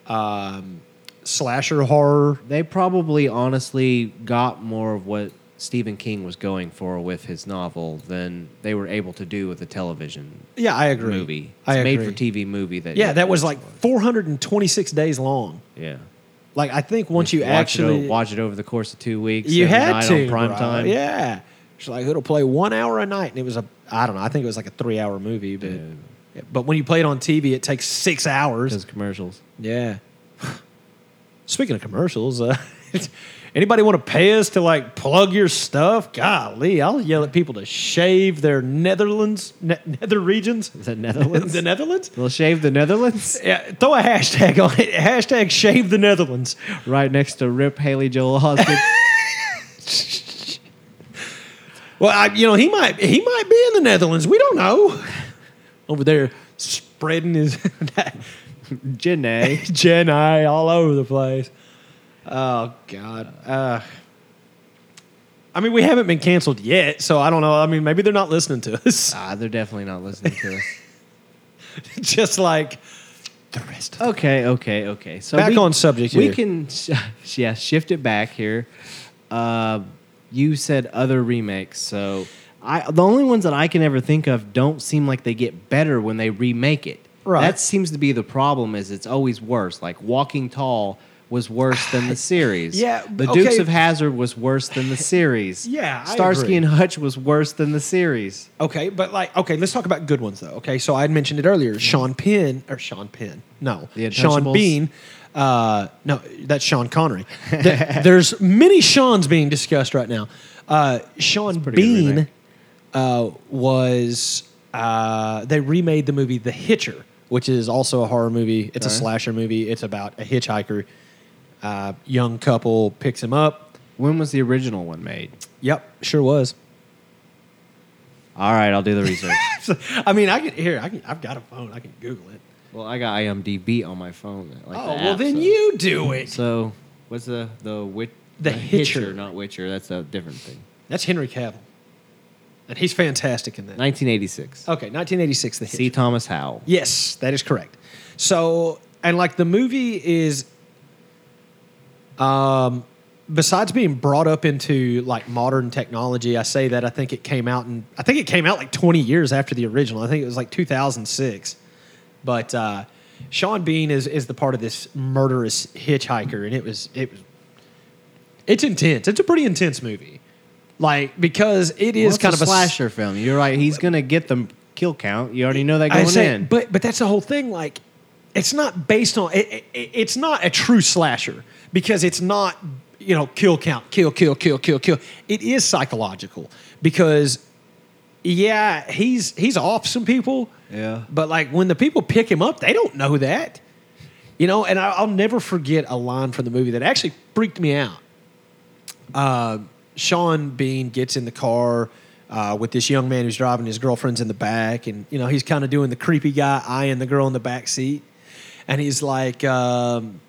S1: um, slasher horror.
S2: They probably honestly got more of what Stephen King was going for with his novel than they were able to do with the television
S1: Yeah, I agree.
S2: movie. It's
S1: I agree.
S2: made for TV movie that
S1: Yeah, that was like 426 days long.
S2: yeah.
S1: Like I think once you
S2: watch it
S1: actually
S2: over, watch it over the course of two weeks.
S1: you
S2: every
S1: had
S2: night
S1: to
S2: on prime
S1: bro.
S2: time.
S1: Yeah, she's like it'll play one hour a night, and it was a I don't know. I think it was like a three hour movie, but but when you play it on TV, it takes six hours.
S2: because commercials.
S1: Yeah. Speaking of commercials, uh, anybody want to pay us to like plug your stuff? Golly, I'll yell at people to shave their Netherlands, ne- nether regions,
S2: The Netherlands.
S1: the Netherlands.
S2: They'll shave the Netherlands
S1: Yeah, throw a hashtag on it. Hashtag shave the Netherlands.
S2: right next to Rip Haley Joel Osment.
S1: Well, I, you know he might he might be in the Netherlands. We don't know. Over there, spreading his
S2: Janae.
S1: Gen I all over the place. Oh God. Uh, I mean, we haven't been canceled yet, so I don't know. I mean, maybe they're not listening to us,
S2: Ah, they're definitely not listening to us.
S1: just like the rest. of
S2: Okay, okay, okay. So
S1: Back
S2: we-
S1: on subject
S2: We
S1: here.
S2: can sh- yeah shift it back here. Uh, you said other remakes, so I the only ones that I can ever think of don't seem like they get better when they remake it.
S1: Right.
S2: That seems to be the problem. Is it's always worse. Like Walking Tall was worse than the series.
S1: Yeah,
S2: The
S1: okay.
S2: Dukes of Hazard was worse than the series.
S1: Yeah, I
S2: Starsky
S1: agree.
S2: and Hutch was worse than the series.
S1: Okay, but like, okay, let's talk about good ones though. Okay, so I had mentioned it earlier. Sean Penn or Sean Penn? No,
S2: Mm-hmm. The Untouchables?
S1: Sean Bean. Uh, no, that's Sean Connery. Th- There's many Sean's being discussed right now. Uh, Sean
S2: pretty good remake.
S1: Bean uh, was uh, they remade the movie The Hitcher, which is also a horror movie. It's
S2: Alright.
S1: a slasher movie. It's about a hitchhiker. Uh, young couple picks him up.
S2: When was the original one made?
S1: Yep, sure was.
S2: All right, I'll do the research.
S1: So, I mean, I can here. I can. I've got a phone. I can Google it.
S2: well, I got IMDb on my phone. Like
S1: oh
S2: the
S1: well,
S2: app,
S1: then
S2: so-
S1: you do it.
S2: So what's the the witch?
S1: The Hitcher.
S2: not Witcher. That's a different thing.
S1: That's Henry Cavill, and he's fantastic in that.
S2: 1986.
S1: Okay, 1986. Oh, The Hitcher.
S2: C. Thomas Howell.
S1: Yes, that is correct. So, and like the movie is, um, besides being brought up into like modern technology, I say that I think it came out and I think it came out like 20 years after the original. I think it was like 2006. But uh, Sean Bean is is the part of this murderous hitchhiker, and it was it was it's intense. It's a pretty intense movie, like because it is
S2: Well, it's
S1: kind of
S2: a
S1: a s-
S2: slasher film. You're right. He's gonna get the kill count. You already know that
S1: I
S2: going
S1: say-
S2: in.
S1: But but that's the whole thing. Like, it's not based on. It, it, it's not a true slasher because it's not you know kill count, kill, kill, kill, kill, kill. It is psychological because yeah, he's he's off some people.
S2: Yeah.
S1: But like when the people pick him up, they don't know that. You know, and I, I'll never forget a line from the movie that actually freaked me out. Uh, Sean Bean gets in the car uh, with this young man who's driving. His girlfriend's in the back, and you know he's kind of doing the creepy guy eyeing the girl in the back seat, and he's like, um,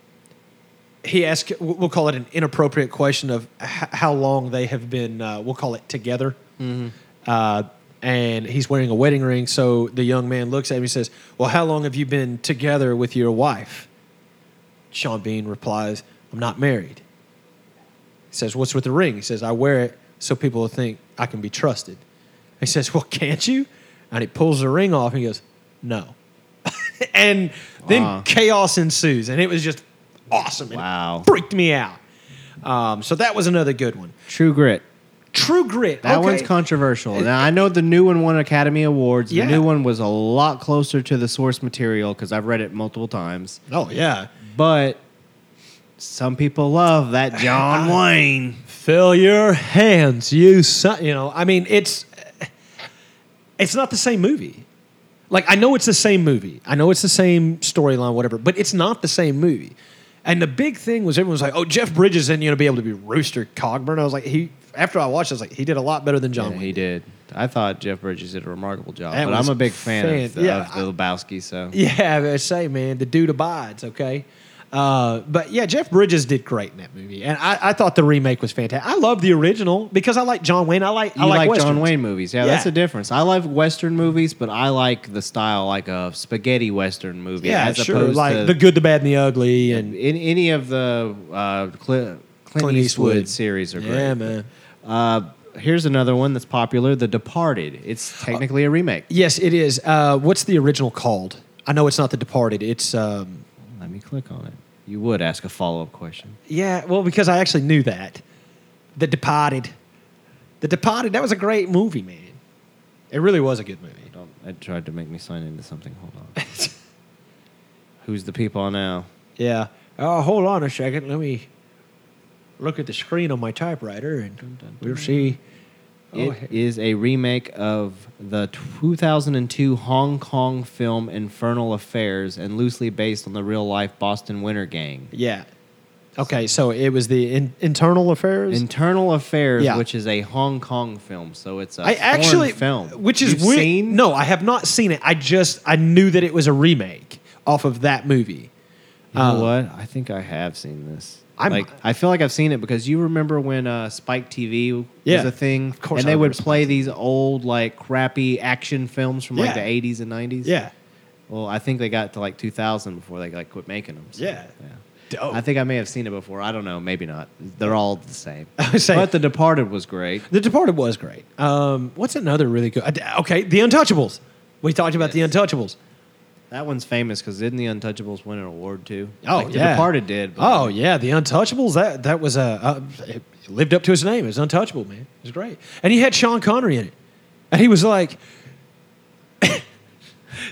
S1: he asks, we'll call it an inappropriate question of h- how long they have been. Uh, we'll call it together. Uh, and he's wearing a wedding ring, so the young man looks at him and says, "Well, how long have you been together with your wife?" Sean Bean replies, "I'm not married." He says, What's with the ring? He says, I wear it so people will think I can be trusted. He says, Well, can't you? And he pulls the ring off and he goes, No. and then
S2: Wow.
S1: chaos ensues. And it was just awesome. and it
S2: Wow.
S1: freaked me out. Um, so that was another good one.
S2: True Grit.
S1: True Grit.
S2: That
S1: okay.
S2: one's controversial. Now I know the new one won Academy Awards.
S1: Yeah.
S2: The new one was a lot closer to the source material because I've read it multiple times.
S1: Oh, yeah.
S2: But some people love that John Wayne.
S1: Fill your hands, you son. You know, I mean, it's it's not the same movie. Like I know it's the same movie. I know it's the same storyline, whatever. But it's not the same movie. And the big thing was everyone was like, "Oh, Jeff Bridges isn't going to be able to be Rooster Cogburn." I was like, he. After I watched, it, I was like, he did a lot better than John
S2: And
S1: Wayne.
S2: he did. I thought Jeff Bridges did a remarkable job,
S1: That
S2: but
S1: was
S2: I'm a big fan of,
S1: fan-
S2: the,
S1: yeah,
S2: of the Lebowski. So
S1: Yeah, I say, man, the dude abides. Okay, uh, but yeah, Jeff Bridges did great in that movie, and I, I thought the remake was fantastic. I love the original because I like John Wayne. I like
S2: you
S1: I
S2: like,
S1: like,
S2: John
S1: westerns.
S2: Wayne movies. Yeah, that's
S1: Yeah.
S2: the difference. I love Western movies, but I like the style like a spaghetti Western movie.
S1: Yeah,
S2: as
S1: sure.
S2: opposed
S1: Like
S2: to
S1: the good, the bad, and the ugly, and
S2: in any of the uh, Cl- Clint,
S1: Clint
S2: Eastwood,
S1: Eastwood.
S2: series are great.
S1: yeah, man.
S2: Uh, here's another one that's popular: The Departed. It's
S1: Uh,
S2: technically a remake.
S1: Yes, it is. Uh, what's the original called? I know it's not The Departed. It's um,
S2: Let me click on it. You would ask a follow-up question.
S1: yeah. Well, because I actually knew that. The Departed. The Departed. That was a great movie, man. It really was a good movie.
S2: Don't, it tried to make me sign into something. Hold on. Who's the people now?
S1: Yeah. Oh, hold on a second. Let me look at the screen on my typewriter, and we'll see.
S2: It
S1: Oh,
S2: is a remake of the 2002 Hong Kong film Infernal Affairs and loosely based on the real life Boston Winter Gang.
S1: yeah. Okay, so it was the in- internal affairs.
S2: Internal Affairs,
S1: Yeah.
S2: which is a Hong Kong film, so it's a
S1: I
S2: uh, foreign
S1: actually
S2: film,
S1: which is
S2: You've
S1: weird.
S2: Seen?
S1: No, I have not seen it. I just I knew that it was a remake off of that movie.
S2: You know
S1: Uh,
S2: what? I think I have seen this.
S1: I'm-
S2: like, I feel like I've seen it because you remember when uh, Spike TV
S1: Yeah.
S2: was a thing,
S1: Of course
S2: and
S1: I
S2: they would
S1: remember
S2: play these old like crappy action films from like
S1: Yeah.
S2: the 80s and 90s. Well, I think they got to like 2000 before they like quit making them. so,
S1: Yeah. Dope.
S2: I think I may have seen it before. I don't know. Maybe not. They're all the same.
S1: I was saying-
S2: but The Departed was great.
S1: The Departed was great. Um, what's another really good? I- Okay, The Untouchables. We talked about The Untouchables.
S2: That one's famous because didn't The Untouchables win an award too?
S1: Oh
S2: Like,
S1: yeah,
S2: The Departed did.
S1: Oh yeah, The Untouchables. That that was a uh, it lived up to his name. It was untouchable, man. It was great, and he had Sean Connery in it, and he was like.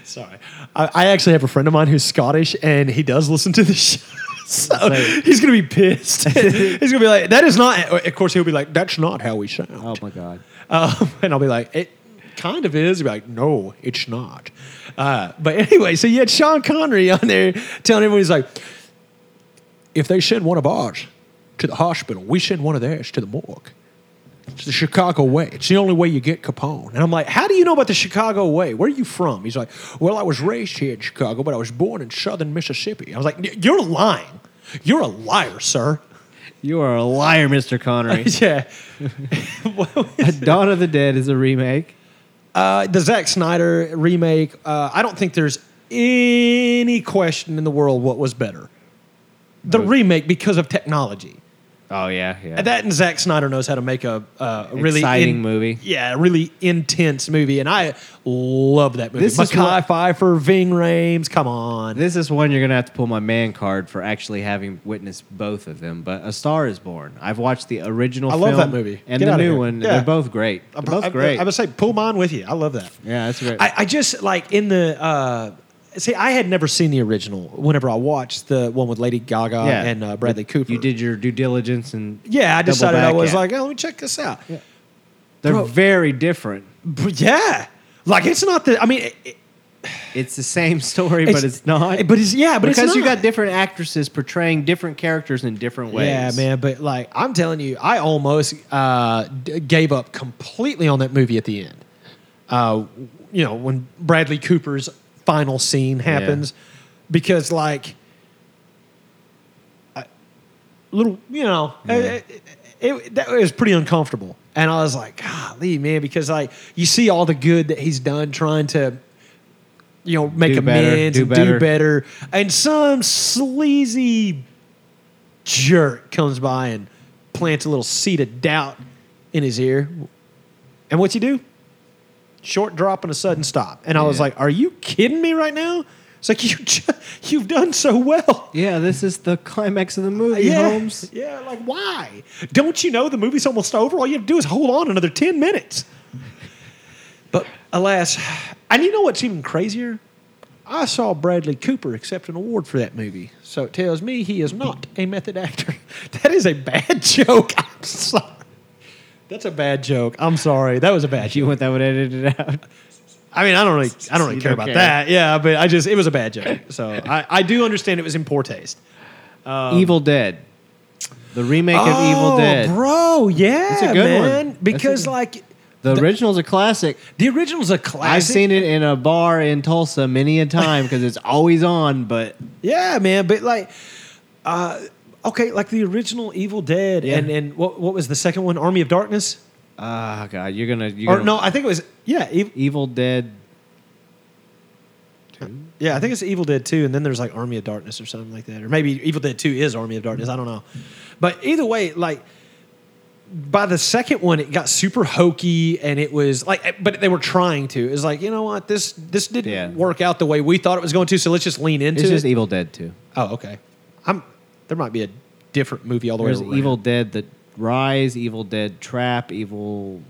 S1: Sorry, I, I actually have a friend of mine who's Scottish, and he does listen to the show. So he's gonna be pissed. he's gonna be like, "That is not." Of course, he'll be like, "That's not how we sound."
S2: Oh my god.
S1: Um, and I'll be like, it kind of is. He'll be like, no, it's not. Uh, but anyway, so you had Sean Connery on there telling everyone, he's like, if they send one of ours to the hospital, we send one of theirs to the morgue. It's the Chicago way. It's the only way you get Capone. And I'm like, how do you know about the Chicago way? Where are you from? He's like, well, I was raised here in Chicago, but I was born in southern Mississippi. I was like, "Y- you're lying. You're a liar, sir.
S2: You are a liar, Mr. Connery.
S1: yeah.
S2: Dawn of the Dead is a remake.
S1: Uh, the Zack Snyder remake, uh, I don't think there's any question in the world what was better. The remake because of technology.
S2: Oh yeah, yeah.
S1: And that and Zack Snyder knows how to make a, uh, a really
S2: Exciting movie.
S1: Yeah, a really intense movie, and I love that movie.
S2: This is
S1: Mackay
S2: what-
S1: Pfeiffer, Ving Rhames, come on.
S2: this is one you're gonna have to pull my man card for actually having witnessed both of them. But A Star Is Born. I've watched the original.
S1: I love
S2: film
S1: that movie.
S2: and
S1: Get
S2: the
S1: outta
S2: new
S1: here.
S2: one.
S1: Yeah.
S2: They're both great. They're both
S1: I,
S2: great.
S1: I, I would say pull mine with you. I love that.
S2: yeah, that's great.
S1: I, I just like in the uh, see, I had never seen the original. Whenever I watched the one with Lady Gaga
S2: Yeah.
S1: and uh, Bradley Cooper,
S2: You did your due diligence and
S1: Yeah, I
S2: double
S1: decided I
S2: back
S1: was
S2: at it.
S1: like, oh, let me check this out. Yeah.
S2: they're
S1: bro.
S2: very different.
S1: yeah. Like it's not the. I mean, it, it-
S2: It's the same story, but it's not.
S1: But it's yeah. But
S2: because
S1: it's
S2: you
S1: not.
S2: got different actresses portraying different characters in different ways.
S1: Yeah, man. But like, I'm telling you, I almost uh, d- gave up completely on that movie at the end. Uh, you know, when Bradley Cooper's final scene happens, because like, I, little, you know, it, it- that was pretty uncomfortable. And I was like, golly, man, because like you see all the good that he's done trying to, you know, make
S2: Do better,
S1: amends
S2: do
S1: and do
S2: better.
S1: better. And some sleazy jerk comes by and plants a little seed of doubt in his ear. And what you do? Short drop and a sudden stop. And I was
S2: Yeah.
S1: like, "Are you kidding me right now?" It's like you ju- you've done so well.
S2: Yeah, this is the climax of the movie,
S1: yeah,
S2: Holmes.
S1: yeah. Like why? Don't you know the movie's almost over? All you have to do is hold on another ten minutes. But alas, and you know what's even crazier? I saw Bradley Cooper accept an award for that movie, so it tells me he is not a method actor. That is a bad joke. I'm sorry. That's a bad joke. I'm sorry. That was a bad joke.
S2: You want that would edit it out.
S1: I mean, I don't really, I don't really
S2: You
S1: care
S2: don't
S1: about
S2: care.
S1: that. Yeah, but I just, it was a bad joke. So I, I do understand it was in poor taste. Um,
S2: Evil Dead, the remake of Evil Dead.
S1: Oh, bro, yeah,
S2: It's a good one.
S1: man.
S2: That's a
S1: Because
S2: good-
S1: like
S2: The original's a classic.
S1: the original's a
S2: I've
S1: classic.
S2: seen it in a bar in Tulsa many a time because it's always on. But
S1: Yeah, man. But like, uh, okay, like the original Evil Dead,
S2: Yeah.
S1: and and what what was the second one? Army of Darkness,
S2: ah, God, you're gonna you
S1: or no, I think it was yeah, Ev-
S2: Evil Dead.
S1: yeah, I think it's Evil Dead Two, and then there's like Army of Darkness or something like that, or maybe Evil Dead Two is Army of Darkness. I don't know, but either way, like. By the second one, it got super hokey, and it was like, eh, but they were trying to. It was like, you know what, this this didn't
S2: Yeah.
S1: work out the way we thought it was going to, so let's just lean into
S2: It's
S1: it.
S2: just e- Evil Dead too.
S1: oh, okay. I'm there might be a different movie all the
S2: There's
S1: way. around.
S2: Evil Dead that Rise, Evil Dead Trap, Evil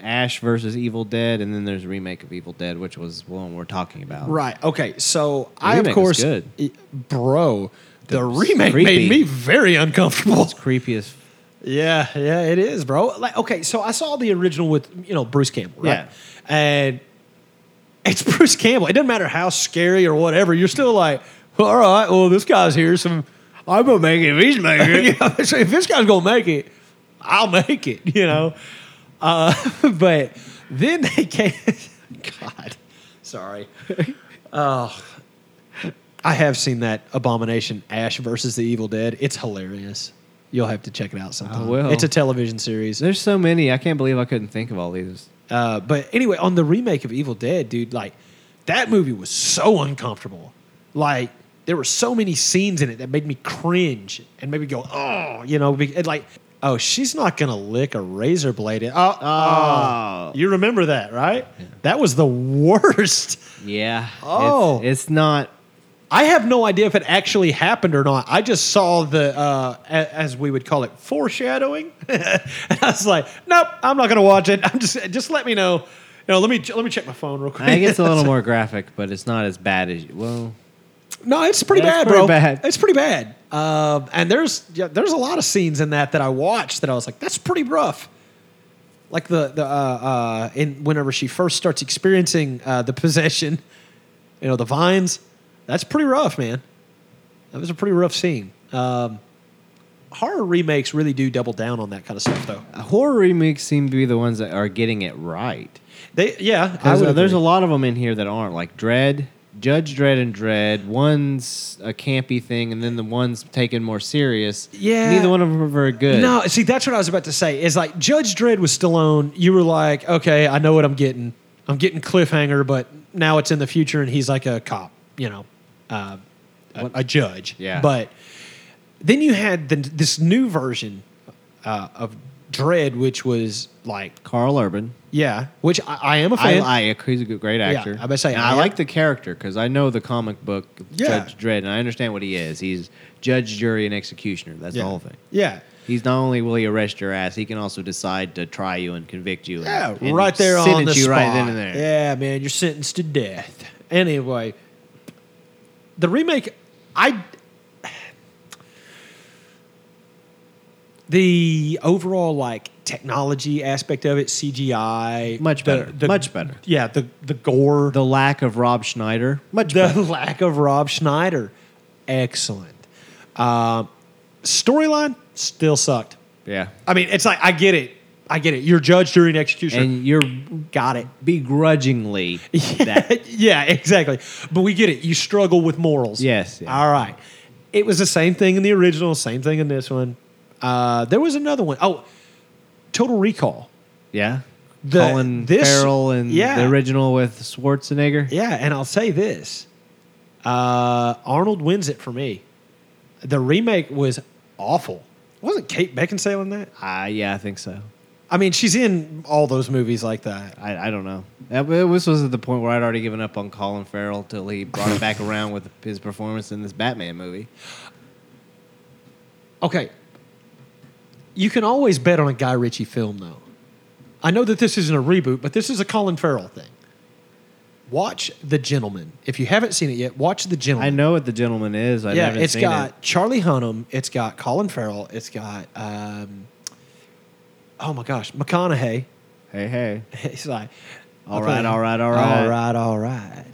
S2: Ash versus Evil Dead, and then there's a remake of Evil Dead, which was the one we're talking about.
S1: Right. Okay. So
S2: The
S1: I of
S2: remake was
S1: course,
S2: good.
S1: I- bro, the remake
S2: creepy.
S1: made me very uncomfortable.
S2: Creepy as
S1: yeah, yeah, it is, bro. Like, okay, so I saw the original with you know Bruce Campbell, right?
S2: Yeah.
S1: And it's Bruce Campbell. It doesn't matter how scary or whatever. You're still like, all right, well, this guy's here. Some
S2: I'm gonna make it if he's making
S1: yeah, so if this guy's gonna make it, I'll make it, you know. Uh, but then they came. God, sorry. Oh, I have seen that abomination, Ash versus the Evil Dead. It's hilarious. You'll have to check it out sometime.
S2: will.
S1: It's a television series.
S2: There's so many. I can't believe I couldn't think of all these.
S1: Uh, but anyway, on the remake of Evil Dead, dude, like that movie was so uncomfortable. Like there were so many scenes in it that made me cringe and made me go, oh, you know, be- and like, oh, she's not gonna lick a razor blade. in- Oh, oh. you remember that, right? That was the worst.
S2: Yeah.
S1: Oh.
S2: It's, it's not.
S1: I have no idea if it actually happened or not. I just saw the, uh, a- as we would call it, foreshadowing. and I was like, nope, I'm not going to watch it. I'm just, just let me know. No, let me let me check my phone real quick.
S2: I think it's a little more graphic, but it's not as bad as well.
S1: no, it's pretty
S2: That's
S1: bad,
S2: pretty
S1: bro.
S2: bad.
S1: It's pretty bad. Um, and there's yeah, there's a lot of scenes in that that I watched that I was like, that's pretty rough. Like the the uh, uh, in whenever she first starts experiencing uh, the possession, you know, the vines. That's pretty rough, man. That was a pretty rough scene. Um, horror remakes really do double down on that kind of stuff, though.
S2: Horror remakes seem to be the ones that are getting it right.
S1: They, yeah, I
S2: There's,
S1: would
S2: there's a
S1: agree.
S2: lot of them in here that aren't like Dread, Judge Dread and Dread. One's a campy thing, and then the one's taken more serious.
S1: Yeah.
S2: neither one of them are very good.
S1: No, see, that's what I was about to say. Is like Judge Dredd with Stallone. You were like, okay, I know what I'm getting. I'm getting cliffhanger, but now it's in the future, and he's like a cop, you know, uh, a, a judge.
S2: yeah.
S1: But then you had the, this new version uh, of Dread, which was like,
S2: Carl Urban.
S1: yeah, which I, I am a
S2: I,
S1: fan.
S2: I, he's a good- great actor.
S1: I bet say
S2: And
S1: I
S2: I,
S1: am-
S2: like the character because I know the comic book
S1: Yeah.
S2: Judge Dredd, and I understand what he is. He's judge, jury, and executioner. That's
S1: yeah.
S2: the whole thing.
S1: Yeah.
S2: He's not only will he arrest your ass, he can also decide to try you and convict you. and-
S1: Yeah,
S2: and
S1: right there on
S2: sentence
S1: the
S2: you
S1: spot.
S2: right then and there.
S1: Yeah, man, you're sentenced to death. Anyway, the remake, I. The overall like technology aspect of it, CGI,
S2: Much
S1: the-
S2: better.
S1: the-
S2: Much better.
S1: Yeah, the the gore,
S2: The lack of Rob Schneider, much
S1: the
S2: better.
S1: lack of Rob Schneider, excellent. Um Storyline still sucked.
S2: Yeah,
S1: I mean, it's like I get it, I get it. You're judge, jury, and executioner.
S2: and you're
S1: Got it.
S2: begrudgingly that.
S1: yeah, exactly. But we get it. You struggle with morals.
S2: Yes, yeah.
S1: All right. It was the same thing in the original, same thing in this one. Uh, there was another one. Oh, Total Recall.
S2: Yeah,
S1: The-
S2: Colin
S1: this-
S2: Farrell and
S1: yeah.
S2: the original with Schwarzenegger.
S1: Yeah, and I'll say this uh, Arnold wins it for me. The remake was awful. Wasn't Kate Beckinsale in that?
S2: Ah, yeah, I think so.
S1: I mean, she's in all those movies like that.
S2: I, I don't know. Uh, but It was, was at the point where I'd already given up on Colin Farrell till he brought it back around with his performance in this Batman movie.
S1: Okay. You can always bet on a Guy Ritchie film, though. I know that this isn't a reboot, but this is a Colin Farrell thing. Watch The Gentleman. If you haven't seen it yet, watch The Gentleman.
S2: I know what the gentleman is. I
S1: yeah,
S2: haven't
S1: it's
S2: seen
S1: got
S2: it.
S1: Charlie Hunnam. It's got Colin Farrell. It's got, um, oh my gosh, McConaughey.
S2: Hey, hey.
S1: He's like,
S2: All
S1: okay.
S2: right, all right, all right.
S1: all right, all right.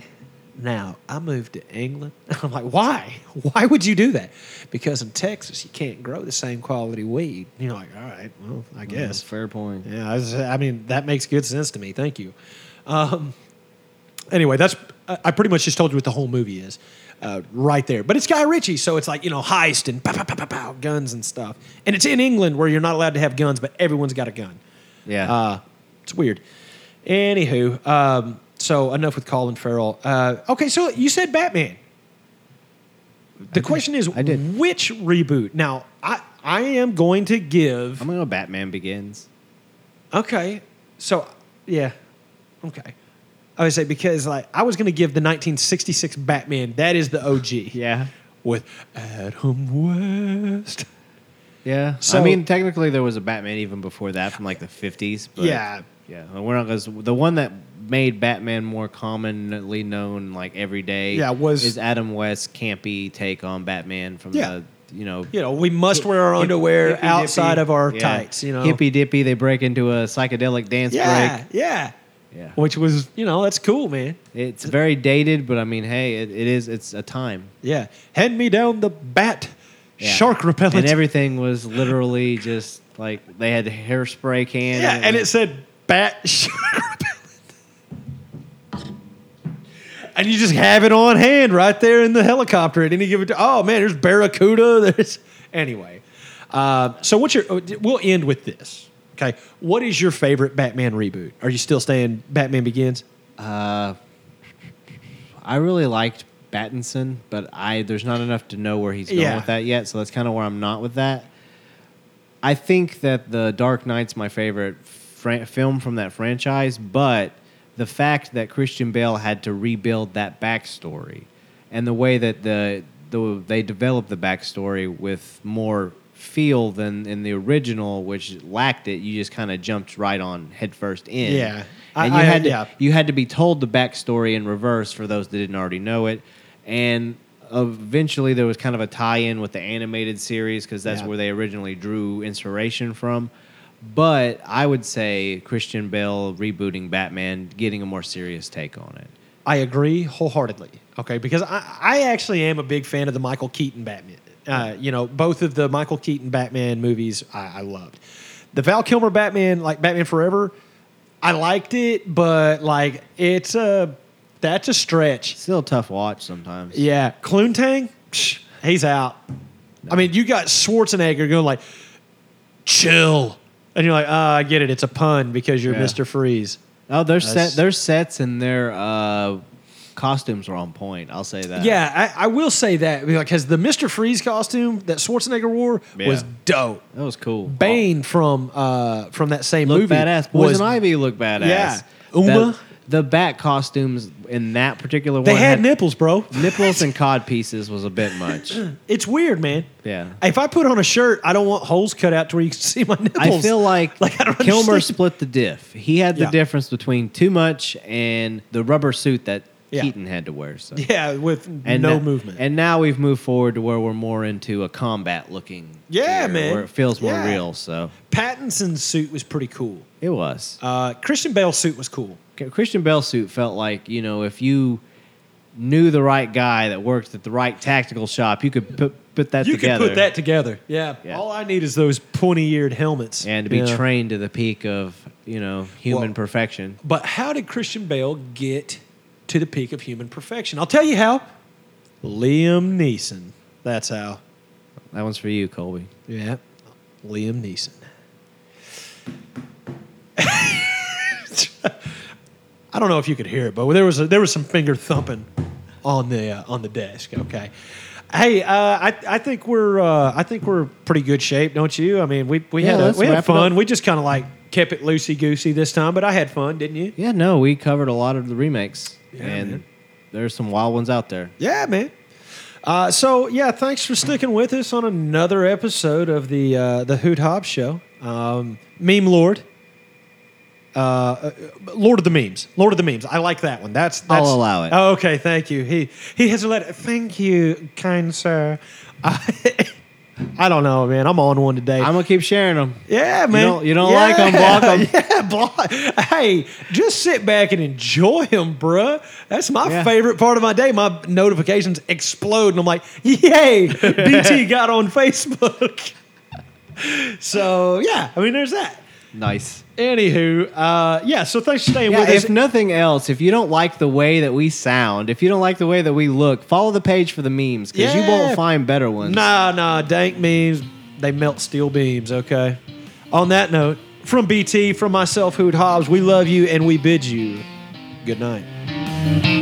S1: Now I moved to England. I'm like, why? Why would you do that? Because in Texas you can't grow the same quality weed. And you're like, all right, well, I guess. Uh,
S2: Mm, fair point.
S1: Yeah, I, was- I mean that makes good sense to me. Thank you. Um, anyway, that's I I pretty much just told you what the whole movie is, uh, right there. But it's Guy Ritchie, so it's like you know heist and pow, pow, pow, pow, pow, guns and stuff. And it's in England where you're not allowed to have guns, but everyone's got a gun.
S2: Yeah.
S1: Uh, it's weird. Anywho, um, so enough with Colin Farrell. Uh, okay, so you said Batman. The question is,
S2: I did.
S1: which reboot? Now, I I am going to give.
S2: I'm gonna go Batman Begins.
S1: Okay, so yeah, okay. I would say because like I was going to give the 1966 Batman. That is the OG.
S2: Yeah.
S1: with Adam West.
S2: Yeah.
S1: So-
S2: I mean, technically there was a Batman even before that from like the 50s. But
S1: Yeah.
S2: Yeah. We're not gonna, the one that made Batman more commonly known like every day.
S1: Yeah, was-
S2: is Adam West's campy take on Batman from
S1: Yeah.
S2: the you know
S1: You know, we must wear our underwear
S2: Hippy
S1: outside
S2: dippy.
S1: of our
S2: Yeah.
S1: tights. You know,
S2: hippy dippy. They break into a psychedelic dance
S1: yeah,
S2: break.
S1: yeah.
S2: Yeah,
S1: Which was, you know, that's cool, man.
S2: it's very dated, but I mean, hey, it, it is. It's a time.
S1: Yeah. Hand me down the bat
S2: Yeah.
S1: shark repellent.
S2: And everything was literally just like they had hairspray can.
S1: yeah, and it
S2: was-
S1: said bat shark repellent. And you just have it on hand right there in the helicopter at any given time. Oh man, there's barracuda. There's anyway. Uh, so what's your? oh, d- We'll end with this. Okay, what is your favorite Batman reboot? Are you still staying Batman Begins?
S2: Uh, I really liked Battinson, but I there's not enough to know where he's going
S1: Yeah.
S2: with that yet. So that's kind of where I'm not with that. I think that the Dark Knight's my favorite fran- film from that franchise, but the fact that Christian Bale had to rebuild that backstory and the way that the, the they developed the backstory with more feel than in the original, which lacked it. You just kind of jumped right on headfirst in.
S1: Yeah.
S2: and
S1: I- I-
S2: you had to,
S1: yeah.
S2: you had to be told the backstory in reverse for those that didn't already know it. And eventually there was kind of a tie in with the animated series because that's
S1: Yeah.
S2: where they originally drew inspiration from. But I would say Christian Bale rebooting Batman, getting a more serious take on it.
S1: I agree wholeheartedly. Okay, because I, I actually am a big fan of the Michael Keaton Batman, uh, Uh, you know, both of the Michael Keaton Batman movies I, I loved. The Val Kilmer Batman, like Batman Forever, I liked it, but like it's a that's a stretch.
S2: Still a tough watch sometimes.
S1: Yeah, Kluntang, psh, he's out. I mean, you got Schwarzenegger going like, chill, and you're like, ah, I get it. It's a pun because you're
S2: Yeah.
S1: Mister Freeze.
S2: Oh, their set,
S1: That's-
S2: their sets and their uh, costumes were on point. I'll say that.
S1: Yeah, I, I will say that because the Mister Freeze costume that Schwarzenegger wore was
S2: Yeah. Oh.
S1: dope.
S2: that was cool.
S1: Bane from uh, from that same
S2: look
S1: movie
S2: badass. Poison
S1: was
S2: Ivy look badass.
S1: Yeah.
S2: The,
S1: Uma?
S2: the bat costumes in that particular
S1: They
S2: one
S1: had nipples, bro.
S2: nipples and cod pieces was a bit much.
S1: It's weird, man.
S2: Yeah.
S1: If I put on a shirt, I don't want holes cut out to where you can see my nipples.
S2: I feel like,
S1: Like, I don't
S2: Kilmer
S1: understand.
S2: split the diff. He had the
S1: Yeah.
S2: difference between too much and the rubber suit that
S1: Yeah.
S2: Keaton had to wear. So
S1: yeah, with
S2: and
S1: no
S2: tha-
S1: movement.
S2: And now we've moved forward to where we're more into a combat looking.
S1: Yeah, man.
S2: Where it feels more
S1: Yeah.
S2: real. So
S1: Pattinson's suit was pretty cool.
S2: it was.
S1: Uh, Christian Bale's suit was cool.
S2: Christian Bell suit felt like you know if you knew the right guy that worked at the right tactical shop, you could put put that
S1: you
S2: together.
S1: could put that together. Yeah.
S2: Yeah.
S1: All I need is those pointy-eared helmets
S2: and to be
S1: Yeah.
S2: trained to the peak of you know human
S1: Well-
S2: perfection.
S1: But how did Christian Bale get to the peak of human perfection? I'll tell you how. Liam Neeson. That's how.
S2: That one's for you, Colby.
S1: Yeah. Liam Neeson. I don't know if you could hear it, but there was a, there was some finger thumping on the uh, on the desk. Okay, hey, uh, I I think we're uh, I think we're pretty good shape, don't you? I mean, we we
S2: Yeah,
S1: had a,
S2: let's
S1: we
S2: wrap
S1: had
S2: it
S1: fun.
S2: up.
S1: We just kind of like kept it loosey goosey this time, but I had fun, didn't you?
S2: Yeah, no, we covered a lot of the remakes,
S1: Yeah,
S2: and
S1: man.
S2: there's some wild ones out there.
S1: Yeah, man. Uh, so yeah, thanks for sticking with us on another episode of the uh, the Hoot Hob Show. Um, meme Lord, uh, uh, Lord of the Memes, Lord of the Memes. I like that one. That's, that's
S2: I'll allow it.
S1: Oh, okay, thank you. He he has let. Thank you, kind sir. I, I don't know, man. I'm on one today.
S2: I'm gonna keep sharing them.
S1: yeah, man.
S2: don't- you don't
S1: Yeah.
S2: like 'em, block 'em.
S1: Yeah, block. Hey, just sit back and enjoy them, bruh. That's my
S2: Yeah.
S1: favorite part of my day. My notifications explode, and I'm like, yay, BT got on Facebook. so, yeah, I mean, there's that.
S2: Nice.
S1: Anywho, uh, yeah, so thanks for staying
S2: Yeah,
S1: with us.
S2: if nothing else, if you don't like the way that we sound, if you don't like the way that we look, follow the page for the memes because you
S1: Yeah.
S2: won't find better ones.
S1: Nah, nah, dank memes, they melt steel beams, okay? On that note, from BT, from myself, Hood Hobbs, we love you and we bid you good night.